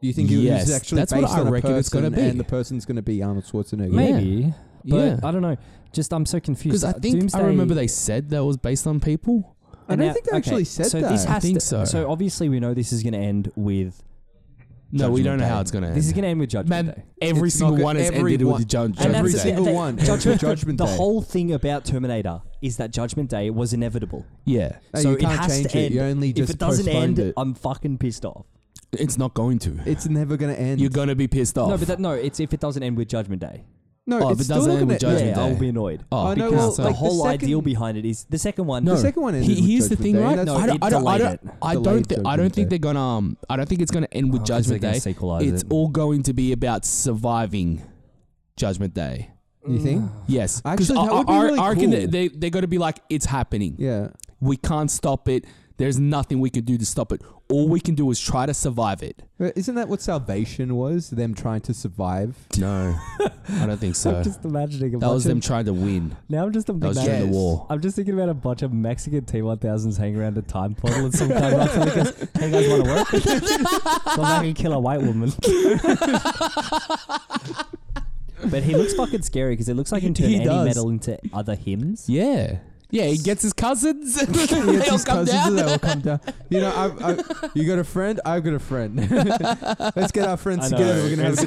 S4: you think it
S2: Yes,
S4: was actually
S2: that's what
S4: based
S2: I
S4: on a
S2: reckon
S4: person,
S2: it's gonna be.
S4: and the person's going to be Arnold
S2: Maybe.
S4: Schwarzenegger?
S3: Maybe,
S2: yeah.
S3: but I don't know. Just I'm so confused.
S2: Because I
S3: Uh,
S2: think I
S3: Doomsday-
S2: remember they said that was based on people.
S4: I
S3: and
S4: don't
S3: now-
S4: think they
S3: okay,
S4: actually said
S3: so
S4: that.
S3: This
S2: I
S3: has
S2: think
S3: to,
S2: so.
S3: So obviously we know this is gonna end with.
S2: No, we
S3: Judgment
S2: don't know
S3: Day.
S2: how it's gonna end.
S3: This is gonna end with Judgment Day.
S2: Man, every
S4: It's not
S2: single
S4: good-
S2: one has
S4: every
S2: ended
S4: one-
S2: with Judgment
S4: And
S2: Judgment
S4: every
S2: Day.
S4: single one.
S3: Judgment,
S4: Judgment
S3: the
S4: Day.
S3: whole thing about Terminator is that Judgment Day was inevitable.
S2: Yeah,
S4: No,
S3: so
S4: you can't
S3: it has
S4: change
S3: to
S4: it.
S3: end.
S4: You only
S3: if
S4: just
S3: it doesn't end,
S4: postponed it.
S3: I'm fucking pissed off.
S2: it's not going to.
S4: It's never going to end.
S2: You're gonna be pissed off.
S3: No, but that, no, it's if it doesn't end with Judgment Day.
S4: no,
S2: Oh, if
S4: it's
S2: it
S4: still
S2: doesn't
S4: not
S2: end
S4: gonna
S2: with Judgment
S3: yeah,
S2: Day.
S3: I'll be annoyed.
S2: oh,
S4: I know,
S2: because
S4: well,
S2: so-
S3: the
S4: like, the
S3: whole
S4: second-
S3: ideal behind it is the second one.
S4: The
S2: No.
S4: second one ended
S2: He-
S4: with
S2: here's the
S4: Judgment
S2: thing,
S4: Day, and
S2: right?
S4: that's
S2: I
S4: what-
S2: don't, I don't, I
S3: delayed
S2: don't,
S3: it.
S2: I don't,
S4: Delayed
S2: thi- I don't think
S4: Judgment Day.
S2: they're gonna. Um, I don't think it's gonna end with
S3: 'cause
S2: Judgment
S3: they're gonna
S2: Day.
S3: sequelize
S2: It's
S3: it.
S2: all going to be about surviving Judgment Day.
S4: You think?
S2: Yes, 'Cause
S4: Actually,
S2: I-
S4: that would be
S2: I, I,
S4: really
S2: I reckon
S4: cool.
S2: that they they're gonna be like, it's happening.
S4: Yeah.
S2: We can't stop it. There's nothing we can do to stop it. All we can do is try to survive it.
S4: But Isn't that what salvation was? Them trying to survive?
S2: No, I don't think so.
S3: I'm just imagining a
S2: that
S3: bunch
S2: was them
S3: of,
S2: trying to win.
S3: Now I'm just
S2: That was
S3: imagining.
S2: during the
S4: Yes.
S2: war.
S3: I'm just thinking about a bunch of Mexican T1000s hanging around a time portal and some guy walks up and goes, "Hey guys, want to work? Come back and kill a white woman." but he looks fucking scary because it looks like he can turn
S2: He
S3: any
S2: does.
S3: metal into other hymns.
S2: Yeah. Yeah, he gets his cousins. and
S4: He
S2: they
S4: gets
S2: all
S4: his
S2: come
S4: cousins
S2: down.
S4: that will come down. You know, I've, I've, you got a friend. I've got a friend. Let's get our friends
S3: I know.
S4: together. We're gonna have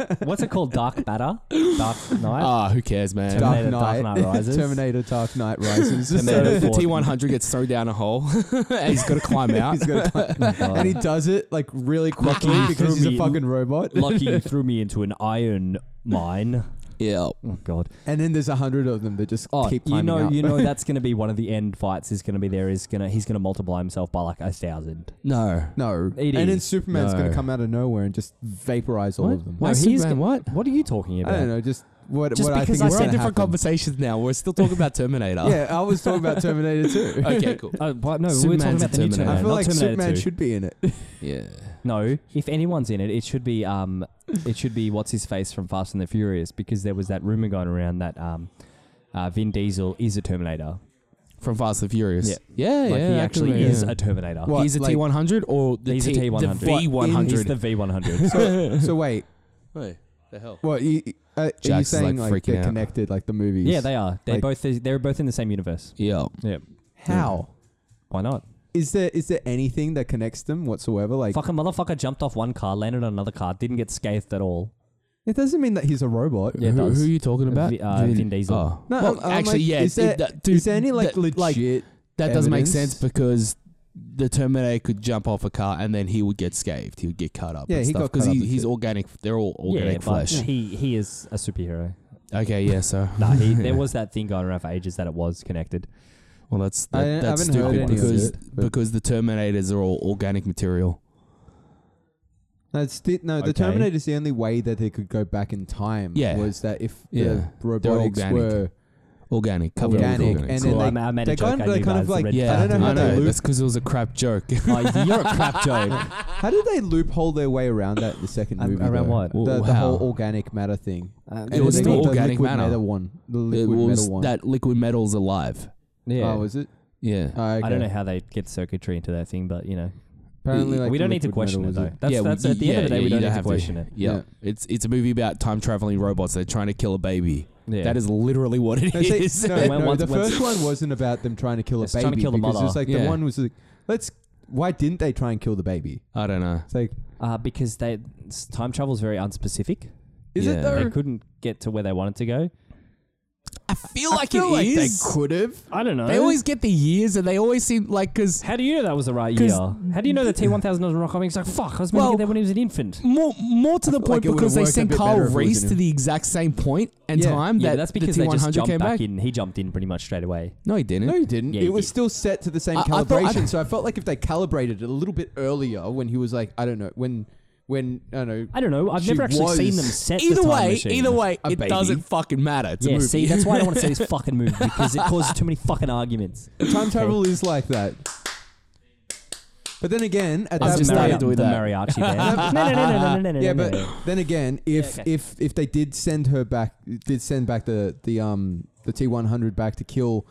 S4: a good time.
S3: What's it called? Dark Matter? Dark Night?
S2: Ah, who cares, man?
S3: Dark Dark Knight Rises.
S4: Terminator Dark Knight Rises.
S3: Terminator
S2: So the
S3: Ford.
S2: T one hundred gets thrown down a hole, and he's got to climb out.
S4: He's gonna climb. and he does it like really quickly
S3: Lucky
S4: because he's
S3: threw
S4: a
S3: me-
S4: fucking robot.
S3: Lucky you threw me into an iron mine.
S2: yeah,
S3: Oh God!
S4: And then there's a hundred of them that just
S3: Oh,
S4: keep
S3: you
S4: climbing
S3: know,
S4: up.
S3: you know that's gonna be one of the end fights. Is gonna be there. Is gonna he's gonna multiply himself by like a thousand.
S2: no,
S4: no.
S3: It
S4: and then
S3: is.
S4: Superman's
S2: No.
S4: gonna come out of nowhere and just vaporize all of them.
S3: No,
S2: Why
S3: he's
S2: Superman?
S3: gonna-
S2: What?
S3: What are you talking
S4: I
S3: about?
S4: don't know. Just what
S2: Just
S4: what
S2: because
S4: I
S2: I said
S4: think is gonna
S2: different
S4: happen.
S2: conversations now, we're still talking about Terminator.
S4: Yeah, I was talking about Terminator too.
S2: Okay, cool.
S3: Uh, but no, we we're
S2: Superman's
S3: talking about the new
S2: a Terminator.
S3: Terminator.
S4: I feel
S3: not
S4: like
S3: Terminator
S4: Superman
S3: 2.
S4: should be in it.
S2: Yeah.
S3: No, if anyone's in it, it should be um, it should be what's his face from Fast and the Furious because there was that rumor going around that um, uh, Vin Diesel is a Terminator.
S2: From Fast and Furious.
S3: Yeah.
S2: yeah,
S3: Like
S2: yeah.
S3: he actually
S2: yeah.
S3: is a Terminator.
S4: What,
S2: He's a
S4: like-
S2: T one hundred or the
S3: He's a
S2: T
S3: T100.
S2: The V one
S3: He's the
S2: hundred.
S3: V one hundred.
S4: So, so wait,
S2: What the hell?
S4: what you, uh, are you
S2: Jack's,
S4: saying?
S2: like,
S4: Like,
S2: freaking
S4: they're
S2: out.
S4: connected, like the movies.
S3: Yeah, they are. They're
S4: Like-
S3: both they're both in the same universe.
S2: Yeah.
S3: Yeah.
S4: How
S3: Why not?
S4: is there is there anything that connects them whatsoever? Like
S3: Fucking motherfucker jumped off one car, landed on another car, didn't get scathed at all.
S4: it doesn't mean that he's a robot.
S3: Yeah, it
S2: Who,
S3: does.
S2: who are you talking about?
S3: Vi- uh, Vin Diesel.
S2: Oh.
S4: No,
S2: well,
S4: I'm- I'm
S2: actually,
S4: like,
S2: yeah.
S4: Is there,
S2: it- that- dude,
S4: is there any like
S2: that-
S4: legit?
S2: That doesn't make
S4: evidence?
S2: sense because the Terminator could jump off a car and then he would get scathed. He would get cut up.
S4: Yeah,
S2: and
S4: he
S2: stuff
S4: got cut
S2: because
S4: up
S2: he,
S4: and
S2: he's
S4: shit.
S2: organic. They're all organic
S3: yeah,
S2: flesh.
S3: But he he is a superhero.
S2: Okay, yeah. So
S3: Nah, he, there was that thing going around for ages that it was connected.
S2: well, that's
S4: I-
S2: that,
S4: I
S2: that's
S4: haven't heard
S2: stupid
S4: any of
S2: because
S4: it, but-
S2: because the Terminators are all organic material.
S4: No, it's the, no the
S3: Okay.
S4: Terminator is the only way that they could go back in time.
S2: Yeah.
S4: was that if
S2: Yeah.
S4: the robotics
S2: organic.
S4: were
S2: Organic, covered
S4: Organic,
S2: with organic.
S4: and
S3: Cool.
S4: then
S3: I
S4: they,
S3: ma- I made a
S4: they
S3: joke,
S4: kind,
S3: I
S4: they
S3: knew
S4: kind
S3: guys
S4: of like
S3: read
S2: yeah,
S4: I don't know how
S2: I know.
S4: they loop
S2: That's because it was a crap joke.
S3: Oh, you're a crap joke.
S4: how did they loophole their way around that in the second
S3: Um,
S4: movie
S3: around
S4: though?
S3: what?
S4: the,
S2: Well,
S4: the whole
S2: how?
S4: organic matter thing
S3: Uh,
S4: And
S2: was
S4: they
S2: still
S4: got the
S2: organic
S4: liquid
S2: matter.
S4: metal one the
S2: it
S4: liquid
S2: was
S4: metal one
S2: that liquid metal's alive.
S3: yeah.
S4: oh is it
S2: Yeah.
S4: Oh, okay.
S3: I don't know how they get circuitry into that thing, but you know,
S4: apparently like
S3: we
S4: the
S3: don't need to
S4: liquid
S3: question
S4: metal
S3: it
S4: was
S3: though. That's,
S2: yeah,
S3: that's
S2: we-
S3: at the end of the
S2: yeah,
S3: day, we
S2: yeah,
S3: don't
S2: you
S3: need to
S2: have
S3: question it.
S2: Yeah.
S4: Yeah.
S2: it's it's a movie about time traveling robots. They're trying to kill a baby.
S3: Yeah.
S2: That is literally what it
S4: No, see,
S2: is.
S4: no,
S3: When
S4: no,
S3: once-
S4: the
S3: once-
S4: first one wasn't about them trying to kill a
S3: It's
S4: baby
S3: trying to kill the
S4: because it was
S3: mother.
S4: like
S2: Yeah.
S4: the one was like let's why didn't they try and kill the baby
S2: I don't know.
S4: it's like
S3: Uh, because they s- time travel is very unspecific.
S4: is
S2: Yeah.
S4: it though
S3: They couldn't get to where they wanted to go.
S2: I feel
S4: I
S2: like
S4: feel
S2: it
S4: like
S2: is.
S4: they could have
S3: I don't know.
S2: They always get the years, and they always seem like because
S3: How do you know that was the right year?
S2: 'Cause-
S3: How do you know the T one thousand doesn't rock comics? Like fuck, I was meant
S2: Well-
S3: to get there when he was an infant.
S2: more more to the
S4: feel
S2: point
S4: like it would've
S2: because they
S4: worked a
S2: sent
S4: bit
S2: Carl
S4: better if it was
S2: Reese
S4: in
S2: to
S4: it.
S2: the exact same point and
S4: Yeah.
S2: time
S3: yeah,
S2: that
S3: but that's because
S2: the
S3: they just
S2: T100
S3: jumped
S2: came
S3: back,
S2: back.
S3: in. He jumped in pretty much straight away.
S2: No, he didn't.
S4: No, you didn't.
S3: Yeah,
S4: it
S3: you
S4: was
S3: did.
S4: still set to the same
S2: I- I thought-
S4: calibration.
S2: I-
S4: so I felt like if they calibrated it a little bit earlier when he was like, I don't know, when, when I don't know.
S3: I don't know. I've
S4: She
S3: never actually
S4: was-
S3: seen them set the
S2: either
S3: time
S2: way,
S3: machine.
S2: either way,
S4: A
S2: it
S4: baby.
S2: doesn't fucking matter. It's a
S3: Yeah,
S2: movie.
S3: see, that's why I don't want to see this fucking movie because it causes too many fucking arguments.
S4: Time travel is like that. But then again, at
S2: I'm
S4: that
S2: just
S4: point,
S2: starting
S3: Mari-
S2: to do
S3: the
S2: that.
S3: mariachi band. no, no, no, no, no, no, no,
S4: yeah,
S3: no,
S4: but
S3: no.
S4: then again, if
S3: okay.
S4: if if they did send her back, did send back the the um the T one hundred back to kill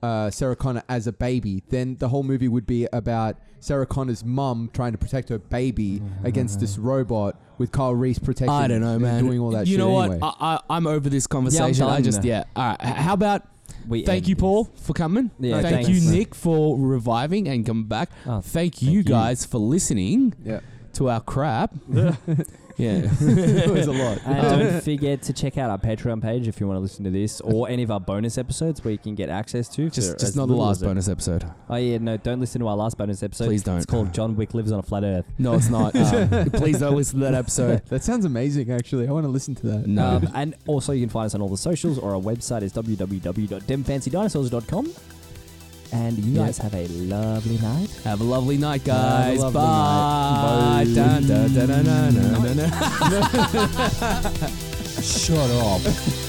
S4: uh, Sarah Connor as a baby, then the whole movie would be about Sarah Connor's mum trying to protect her baby against this robot with Kyle Reese protecting.
S2: I don't know,
S4: and
S2: man.
S4: Doing all that.
S2: you
S4: shit
S2: know what?
S4: anyway.
S2: I, I, I'm over this conversation. I
S3: done.
S2: just yeah. All right. H- How about
S3: We
S2: thank
S3: end
S2: you,
S3: this.
S2: Paul, for coming.
S3: Yeah,
S2: thank
S3: thanks,
S2: you,
S3: man.
S2: Nick, for reviving and coming back.
S3: Oh,
S2: thank, you guys for listening
S4: Yeah.
S2: to our crap. yeah.
S4: it was a lot.
S3: And don't forget to check out our Patreon page if you want to listen to this or any of our bonus episodes where you can get access to. for
S2: Just,
S3: as
S2: just not the
S3: little
S2: last
S3: as a-
S2: bonus episode.
S3: Oh yeah, no, don't listen to our last bonus episode.
S2: Please don't.
S3: It's called John Wick Lives on a Flat Earth.
S2: No, it's not. Um, please don't listen to that episode.
S4: That sounds amazing. Actually, I want to listen to that.
S2: No.
S3: Um, and also you can find us on all the socials or our website is www.demfancydinosaurs.com. And you
S2: Yep.
S3: guys have a lovely night.
S2: Have a lovely night,
S3: Have
S2: guys.
S3: a lovely
S2: Bye.
S3: night.
S2: Dun, dun, dun, dun, dun, dun, dun, dun.
S9: Shut up.